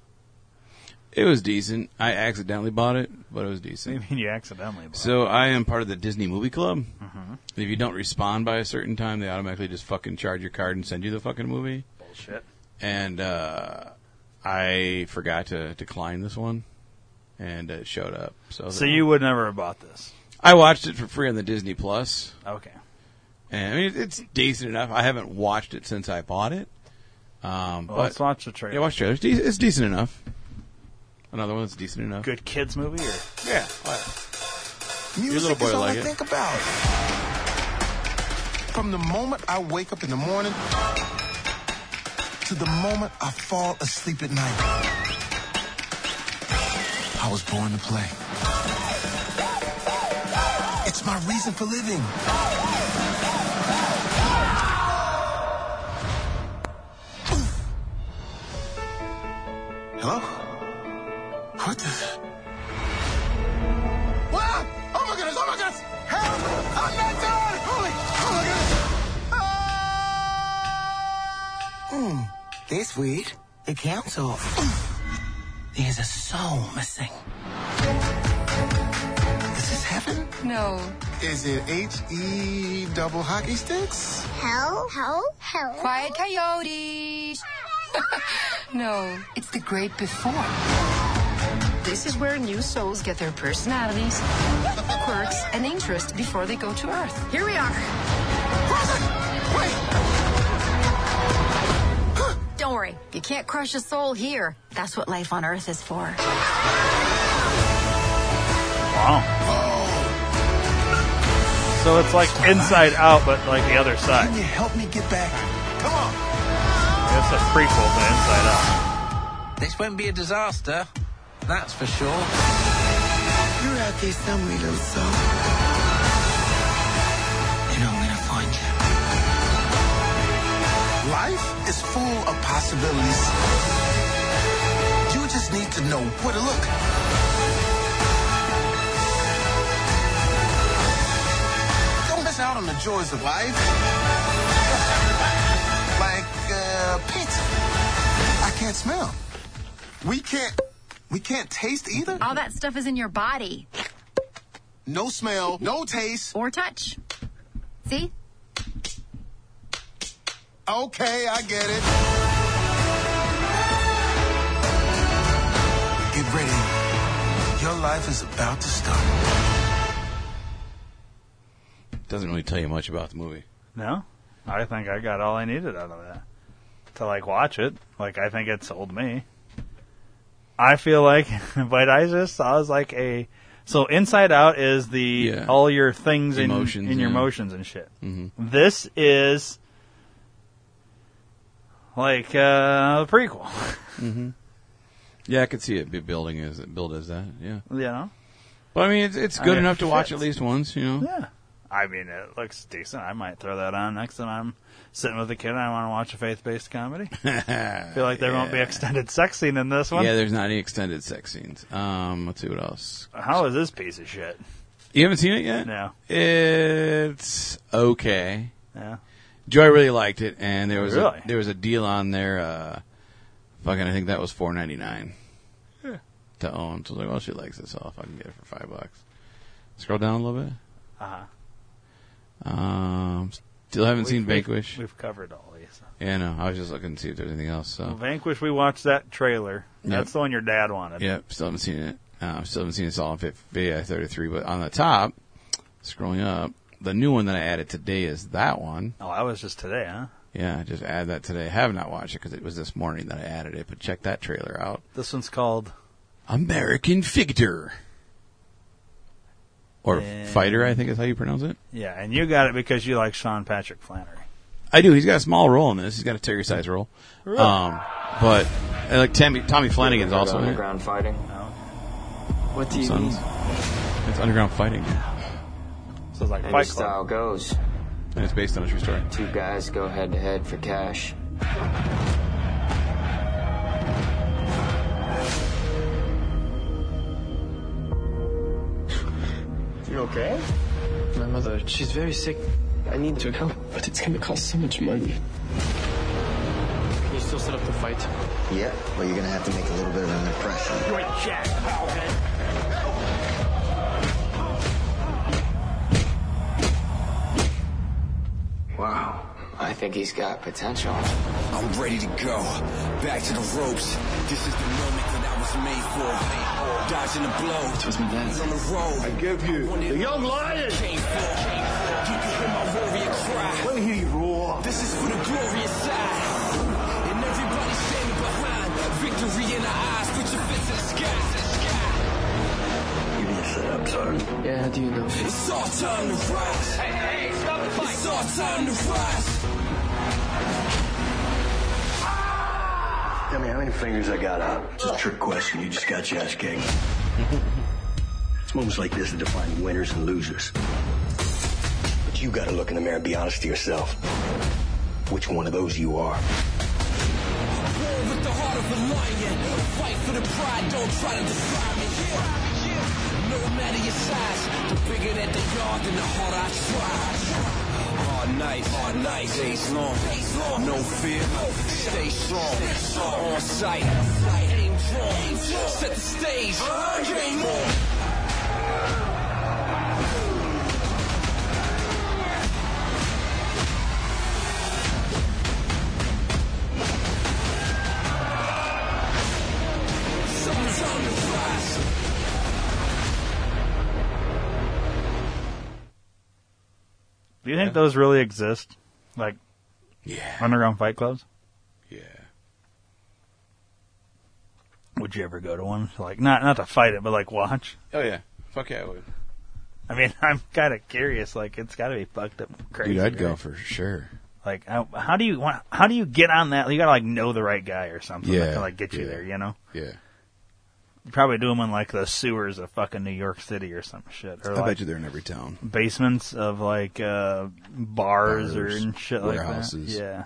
Speaker 3: It was decent. I accidentally bought it, but it was
Speaker 2: I
Speaker 3: decent.
Speaker 2: mean, you accidentally. bought
Speaker 3: So I am part of the Disney Movie Club.
Speaker 2: Mhm.
Speaker 3: And if you don't respond by a certain time, they automatically just fucking charge your card and send you the fucking movie.
Speaker 2: Bullshit.
Speaker 3: And uh, I forgot to decline this one, and it showed up. So,
Speaker 2: So
Speaker 3: the-
Speaker 2: you would never have bought this.
Speaker 3: I watched it for free on the Disney Plus.
Speaker 2: Okay.
Speaker 3: And I mean, it's decent enough. I haven't watched it since I bought it. Um, but
Speaker 2: Well, let's watch the trailer.
Speaker 3: Yeah, watch the trailer. It's, de- it's decent enough. Another one that's decent enough.
Speaker 2: Good kids movie or
Speaker 3: yeah. Your little boy will like it.
Speaker 13: about. From the moment I wake up in the morning to the moment I fall asleep at night, I was born to play. It's my reason for living. Hello? What the? What? Oh my goodness! Oh my goodness! Help! I'm not done! Holy! Oh my goodness!
Speaker 14: Mm, this weed, the council. There's a soul missing.
Speaker 13: Is this heaven?
Speaker 14: No.
Speaker 13: Is it H E double hockey sticks?
Speaker 15: Hell, hell, hell. Quiet coyotes.
Speaker 6: No, it's the great before. This is where new souls get their personalities, quirks, and interests before they go to Earth. Here we are.
Speaker 15: Don't worry, you can't crush a soul here. That's what life on Earth is for.
Speaker 3: Oh.
Speaker 2: Wow. So it's like Inside Out, but like the other side.
Speaker 13: Can you help me get back? Come on!
Speaker 2: It's a prequel to Inside Out.
Speaker 14: This won't be a disaster, that's for sure. You're out there somewhere, little soul. And I'm gonna find you.
Speaker 13: Life is full of possibilities. You just need to know where to look. Don't miss out on the joys of life. Like uh, pit. I can't smell. We can't. We can't taste either.
Speaker 15: All that stuff is in your body
Speaker 13: No smell, no taste.
Speaker 15: or touch. See?
Speaker 13: Okay, I get it. Get ready. Your life is about to start.
Speaker 3: Doesn't really tell you much about the movie.
Speaker 2: No, I think I got all I needed out of that to like watch it. Like I think it sold me. I feel like, but I just saw as like a. So Inside Out is the all your things in,
Speaker 3: Emotions,
Speaker 2: in your
Speaker 3: yeah.
Speaker 2: motions and shit.
Speaker 3: Mhm.
Speaker 2: This is like uh, a prequel.
Speaker 3: Mm-hmm. Yeah, I could see it be building as build as that. Yeah.
Speaker 2: You know,
Speaker 3: But I mean, it's it's good
Speaker 2: I-
Speaker 3: enough to watch
Speaker 2: fits.
Speaker 3: at least once. You know.
Speaker 2: Yeah. I mean, it looks decent. I might throw that on next time I'm sitting with a kid and I want to watch a faith-based comedy. I feel like there won't be
Speaker 3: Yeah.
Speaker 2: extended sex scene in this one.
Speaker 3: Yeah, there's not any extended sex scenes. Um, let's see what else.
Speaker 2: How is this piece of shit?
Speaker 3: You haven't seen it yet?
Speaker 2: No.
Speaker 3: It's okay.
Speaker 2: Yeah.
Speaker 3: Joy really liked it, and there was
Speaker 2: Really?
Speaker 3: a, there was a deal on there. Uh, fucking, I think that was four ninety nine
Speaker 2: Yeah.
Speaker 3: to own. So I was like, well, she likes this, so I'll fucking get it for five bucks. Scroll down a little bit.
Speaker 2: Uh-huh.
Speaker 3: Um, still haven't
Speaker 2: We've-
Speaker 3: seen
Speaker 2: we've-
Speaker 3: Vanquish.
Speaker 2: We've covered all these.
Speaker 3: Yeah, no, I was just looking to see if there's anything else. So.
Speaker 2: Vanquish, we watched that trailer.
Speaker 3: Oh. Yep.
Speaker 2: That's the one your dad wanted.
Speaker 3: Yep, still haven't seen it. Um, still haven't seen it. all in fit VI 33. But on the top, scrolling up, the new one that I added today is that one.
Speaker 2: Oh, that was just today, huh?
Speaker 3: Yeah, I just added that today. I have not watched it because it was this morning that I added it. But check that trailer out.
Speaker 2: This one's called
Speaker 3: American Fighter. Or
Speaker 2: Yeah.
Speaker 3: Fighter, I think is how you pronounce it.
Speaker 2: Yeah, and you got it because you like Sean Patrick Flannery.
Speaker 3: I do. He's got a small role in this. He's got a Terry size role.
Speaker 2: Really?
Speaker 3: Um, but and like Tammy, Tommy Flanagan's
Speaker 8: Heard
Speaker 3: also in it.
Speaker 8: underground fighting. What do you
Speaker 3: Sons.
Speaker 8: mean?
Speaker 3: It's underground fighting.
Speaker 2: So it's like
Speaker 8: And your
Speaker 3: Fight Club.
Speaker 8: style goes.
Speaker 3: And it's based on a true story.
Speaker 8: Two guys go head to head for cash.
Speaker 13: You okay?
Speaker 16: My mother, she's very sick. I need your help, but it's gonna cost so much money. Can you still set up the fight?
Speaker 13: Yeah, well, you're gonna have to make a little bit of an impression.
Speaker 16: Great jack,
Speaker 8: Wow. I think he's got potential.
Speaker 17: I'm ready to go. Back to the ropes. This is the moment that I was made for. Dodging the blow. On the road. I give you the young lion. Came for. You can hear my warrior cry. Let me hear you roar. This is for the glorious side. And everybody standing behind. Victory in our eyes. Put your fist in the sky.
Speaker 16: You need to set up, son. Yeah, how do you know?
Speaker 17: It's our time to rise. Hey, hey, stop the fight. It's our time to rise.
Speaker 18: Tell me how many fingers I got up. It's a trick question. You just got your ass kicked. it's moments like this that define winners and losers. But you gotta look in the mirror and be honest to yourself. Which one of those you
Speaker 17: War
Speaker 18: are.
Speaker 17: with the heart of a lion. Fight for the pride, don't try to define me. No matter your size, the bigger that they are, then the harder I try. Hard night, hard night, days long. No fear, stay strong. On sight, aim strong. Set the stage, game on. Something's on the rise.
Speaker 2: Do you think those really exist? Like, yeah. underground fight clubs?
Speaker 3: Yeah.
Speaker 2: Would you ever go to one? Like, not not to fight it, but like watch.
Speaker 3: Oh yeah. Fuck yeah, I would.
Speaker 2: I mean, I'm kind of curious. Like, it's got to be fucked up, crazy.
Speaker 3: Dude, I'd go
Speaker 2: right?
Speaker 3: for sure.
Speaker 2: Like, how, how do you want? How do you get on that? You gotta like know the right guy or something
Speaker 3: Yeah,
Speaker 2: to like get you
Speaker 3: yeah.
Speaker 2: there. You know,
Speaker 3: Yeah.
Speaker 2: you probably do them in like the sewers of fucking New York City or some shit. Or
Speaker 3: I
Speaker 2: like,
Speaker 3: bet you they're in every town.
Speaker 2: basements of like uh, bars, or
Speaker 3: Bars,
Speaker 2: and shit
Speaker 3: warehouses.
Speaker 2: like that. Yeah.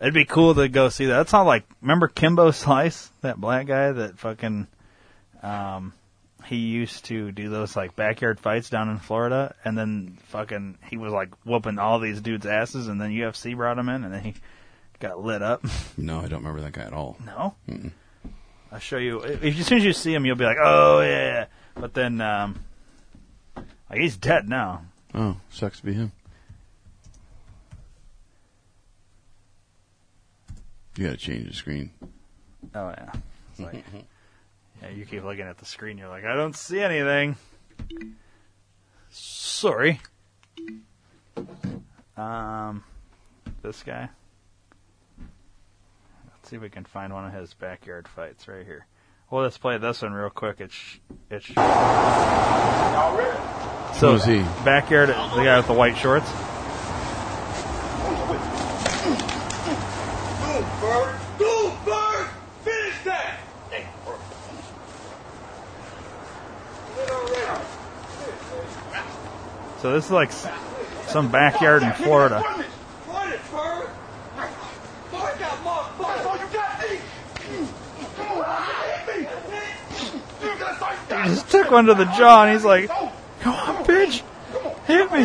Speaker 2: It'd be cool to go see that. That's how like remember Kimbo Slice, that black guy that fucking um he used to do those like backyard fights down in Florida and then fucking he was like whooping all these dudes' asses and then UFC brought him in and then he got lit up.
Speaker 3: No, I don't remember that guy at all.
Speaker 2: No?
Speaker 3: Mm-mm.
Speaker 2: I'll show you. If, as soon as you see him, you'll be like, "Oh yeah," but then, um, like he's dead now.
Speaker 3: Oh, sucks to be him. You gotta change the screen.
Speaker 2: Oh yeah. It's like, yeah, you keep looking at the screen. You're like, I don't see anything. Sorry. Um, this guy. Let's see if we can find one of his backyard fights right here. Well, let's play this one real quick. It's it's. So
Speaker 3: Who's he?
Speaker 2: backyard, the guy with the white shorts.
Speaker 16: Goldberg! Goldberg! Finish that! Hey,
Speaker 2: So this is like s- some backyard in Florida. He just took one to the jaw and he's like, "Come on, bitch, hit me!"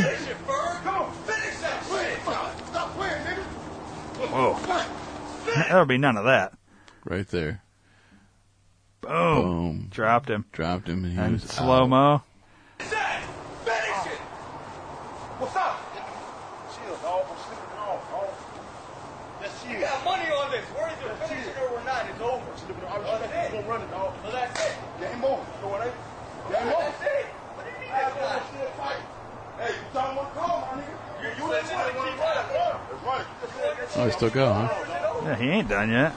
Speaker 2: Whoa, that'll be none of that.
Speaker 3: Right there.
Speaker 2: Boom.
Speaker 3: Boom.
Speaker 2: Dropped him.
Speaker 3: Dropped him. And he
Speaker 2: And
Speaker 3: was
Speaker 2: slow
Speaker 3: out.
Speaker 2: mo.
Speaker 7: What's up? Chill, dog. I'm sleeping on, dog. That's you. got money on this. We're either finishing or we're not. It's over. I'm just going to run it, dog. Well, that's it. Game on. You know what I mean? Game on. That's it. What do you mean that's not? fight. Hey, you talking about call, my nigga? You, you ain't want to keep running. That's right.
Speaker 3: Oh, he still go, huh?
Speaker 2: Yeah, he ain't done yet.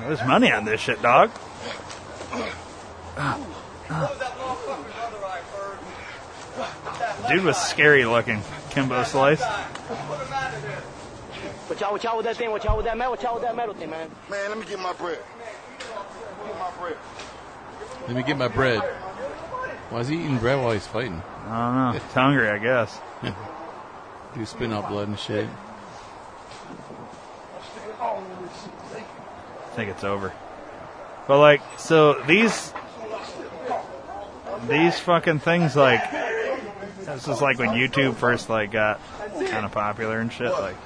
Speaker 2: There's money on this shit, dog. Dude was scary looking. Kimbo Slice.
Speaker 19: What y'all, what y'all with that thing? What y'all with that metal? What y'all with that metal thing, man?
Speaker 13: Man, let me get my bread. Get my bread.
Speaker 3: Let me get my bread. Why is he eating bread while he's fighting?
Speaker 2: I don't know. He's hungry, I guess.
Speaker 3: He spitting out blood and shit.
Speaker 2: I think it's over. But like, so these these fucking things like this is like when YouTube first like got kind of popular and shit. Like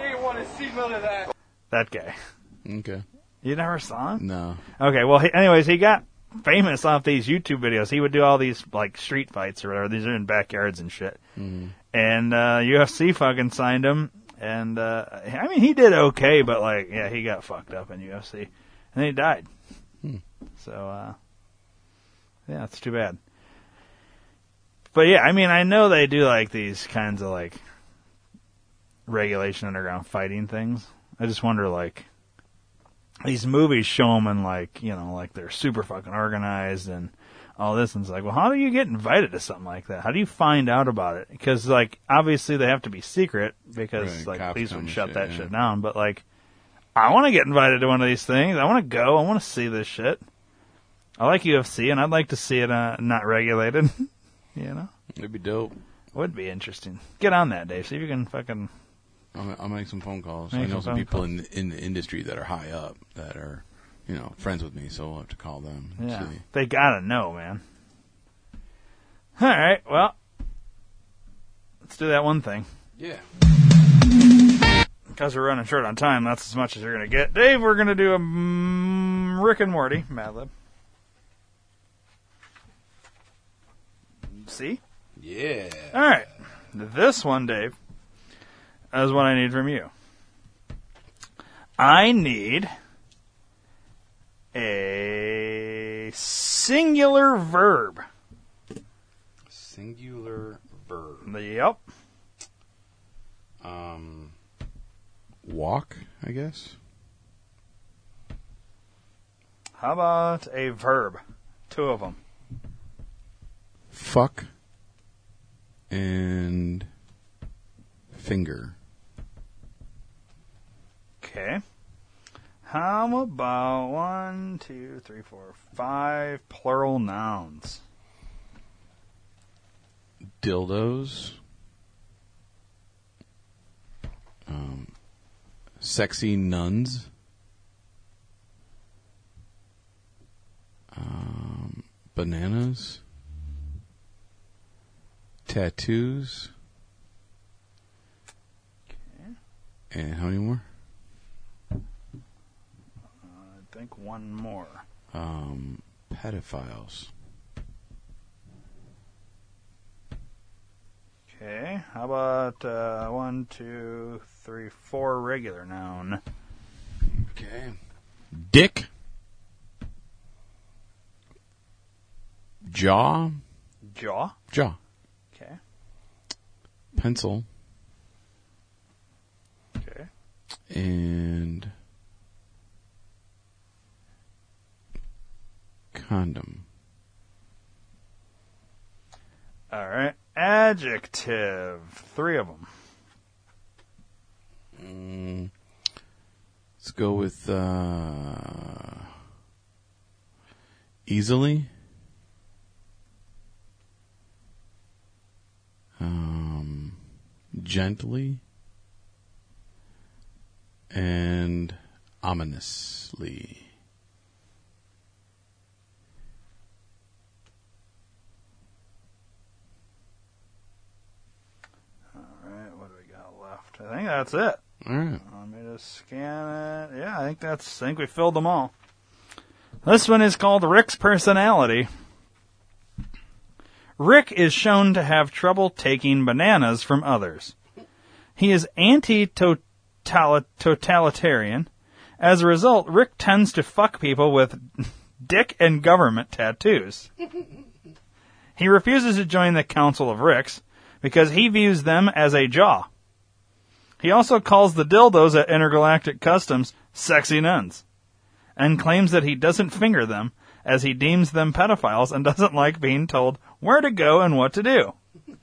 Speaker 9: ain't want to see none of that.
Speaker 2: that guy.
Speaker 3: Okay.
Speaker 2: You never saw him?
Speaker 3: No.
Speaker 2: Okay, well, he, anyways, he got famous off these YouTube videos. He would do all these like street fights or whatever. These are in backyards and shit.
Speaker 3: Mhm.
Speaker 2: And uh, UFC fucking signed him, and uh, I mean he did okay, but like yeah, he got fucked up in UFC, and then he died. So uh, yeah, it's too bad. But yeah, I mean I know they do like these kinds of like regulation underground fighting things. I just wonder like these movies show them in like you know like they're super fucking organized and all this and it's like well how do you get invited to something like that how do you find out about it because like obviously they have to be secret because
Speaker 3: Right,
Speaker 2: like
Speaker 3: cops
Speaker 2: police
Speaker 3: come
Speaker 2: would
Speaker 3: and
Speaker 2: shut
Speaker 3: shit,
Speaker 2: that
Speaker 3: yeah.
Speaker 2: shit down but like i want to get invited to one of these things i want to go i want to see this shit i like ufc and i'd like to see it uh, not regulated you know
Speaker 3: It'd be dope.
Speaker 2: would be interesting get on that dave see if you can fucking
Speaker 3: I'll, I'll make some phone calls.
Speaker 2: Make
Speaker 3: I know
Speaker 2: some
Speaker 3: some,
Speaker 2: phone
Speaker 3: people in in the industry that are high up that are, you know, friends with me. So I'll have to call them. and
Speaker 2: yeah
Speaker 3: see.
Speaker 2: they gotta know man all right well let's do that one thing
Speaker 3: Yeah.
Speaker 2: Because we're running short on time, that's as much as you're going to get. Dave, we're going to do a mm, Rick and Morty Mad Lib. See?
Speaker 3: Yeah.
Speaker 2: All right. This one, Dave, is what I need from you. I need a singular verb.
Speaker 3: Singular verb.
Speaker 2: Yep.
Speaker 3: Um. Walk, I guess.
Speaker 2: How about a verb? Two of them.
Speaker 3: Fuck. And finger.
Speaker 2: Okay. How about one, two, three, four, five plural nouns?
Speaker 3: dildos, um, sexy nuns, um, bananas, tattoos, and how many more?
Speaker 2: I think one more.
Speaker 3: Um, pedophiles.
Speaker 2: Okay. How about uh, one, two, three, four regular noun?
Speaker 3: Okay. Dick. Jaw.
Speaker 2: Jaw.
Speaker 3: Jaw.
Speaker 2: Okay.
Speaker 3: Pencil.
Speaker 2: Okay.
Speaker 3: and condom.
Speaker 2: All right. Adjective. Three of them.
Speaker 3: Mm, let's go with uh, easily um, gently and ominously.
Speaker 2: All right, what do we got left? I think that's it.
Speaker 3: All right.
Speaker 2: Let me just scan it. Yeah, I think that's. I think we filled them all. This one is called Rick's personality. Rick is shown to have trouble taking bananas from others. He is anti-totalitarian. As a result, Rick tends to fuck people with dick and government tattoos. He refuses to join the Council of Ricks because he views them as a jaw. He also calls the dildos at Intergalactic Customs sexy nuns and claims that he doesn't finger them as he deems them pedophiles and doesn't like being told where to go and what to do.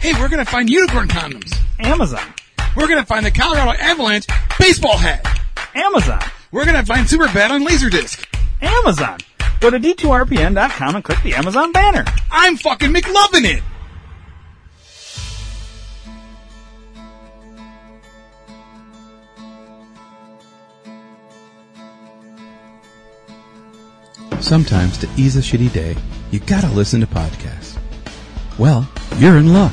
Speaker 1: Hey, we're gonna find unicorn condoms.
Speaker 2: Amazon.
Speaker 1: We're gonna find the Colorado Avalanche baseball hat.
Speaker 2: Amazon.
Speaker 1: We're gonna find Superbad on Laserdisc.
Speaker 2: Amazon. Go to d2rpn.com and click the Amazon banner.
Speaker 1: I'm fucking McLovin' it.
Speaker 20: Sometimes to ease a shitty day, you gotta listen to podcasts. Well, you're in luck.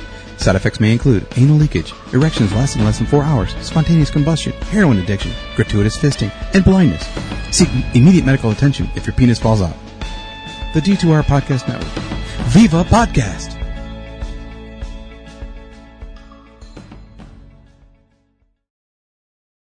Speaker 20: Side effects may include anal leakage, erections lasting less than four hours, spontaneous combustion, heroin addiction, gratuitous fisting, and blindness. Seek immediate medical attention if your penis falls out. The D2R Podcast Network. Viva Podcast!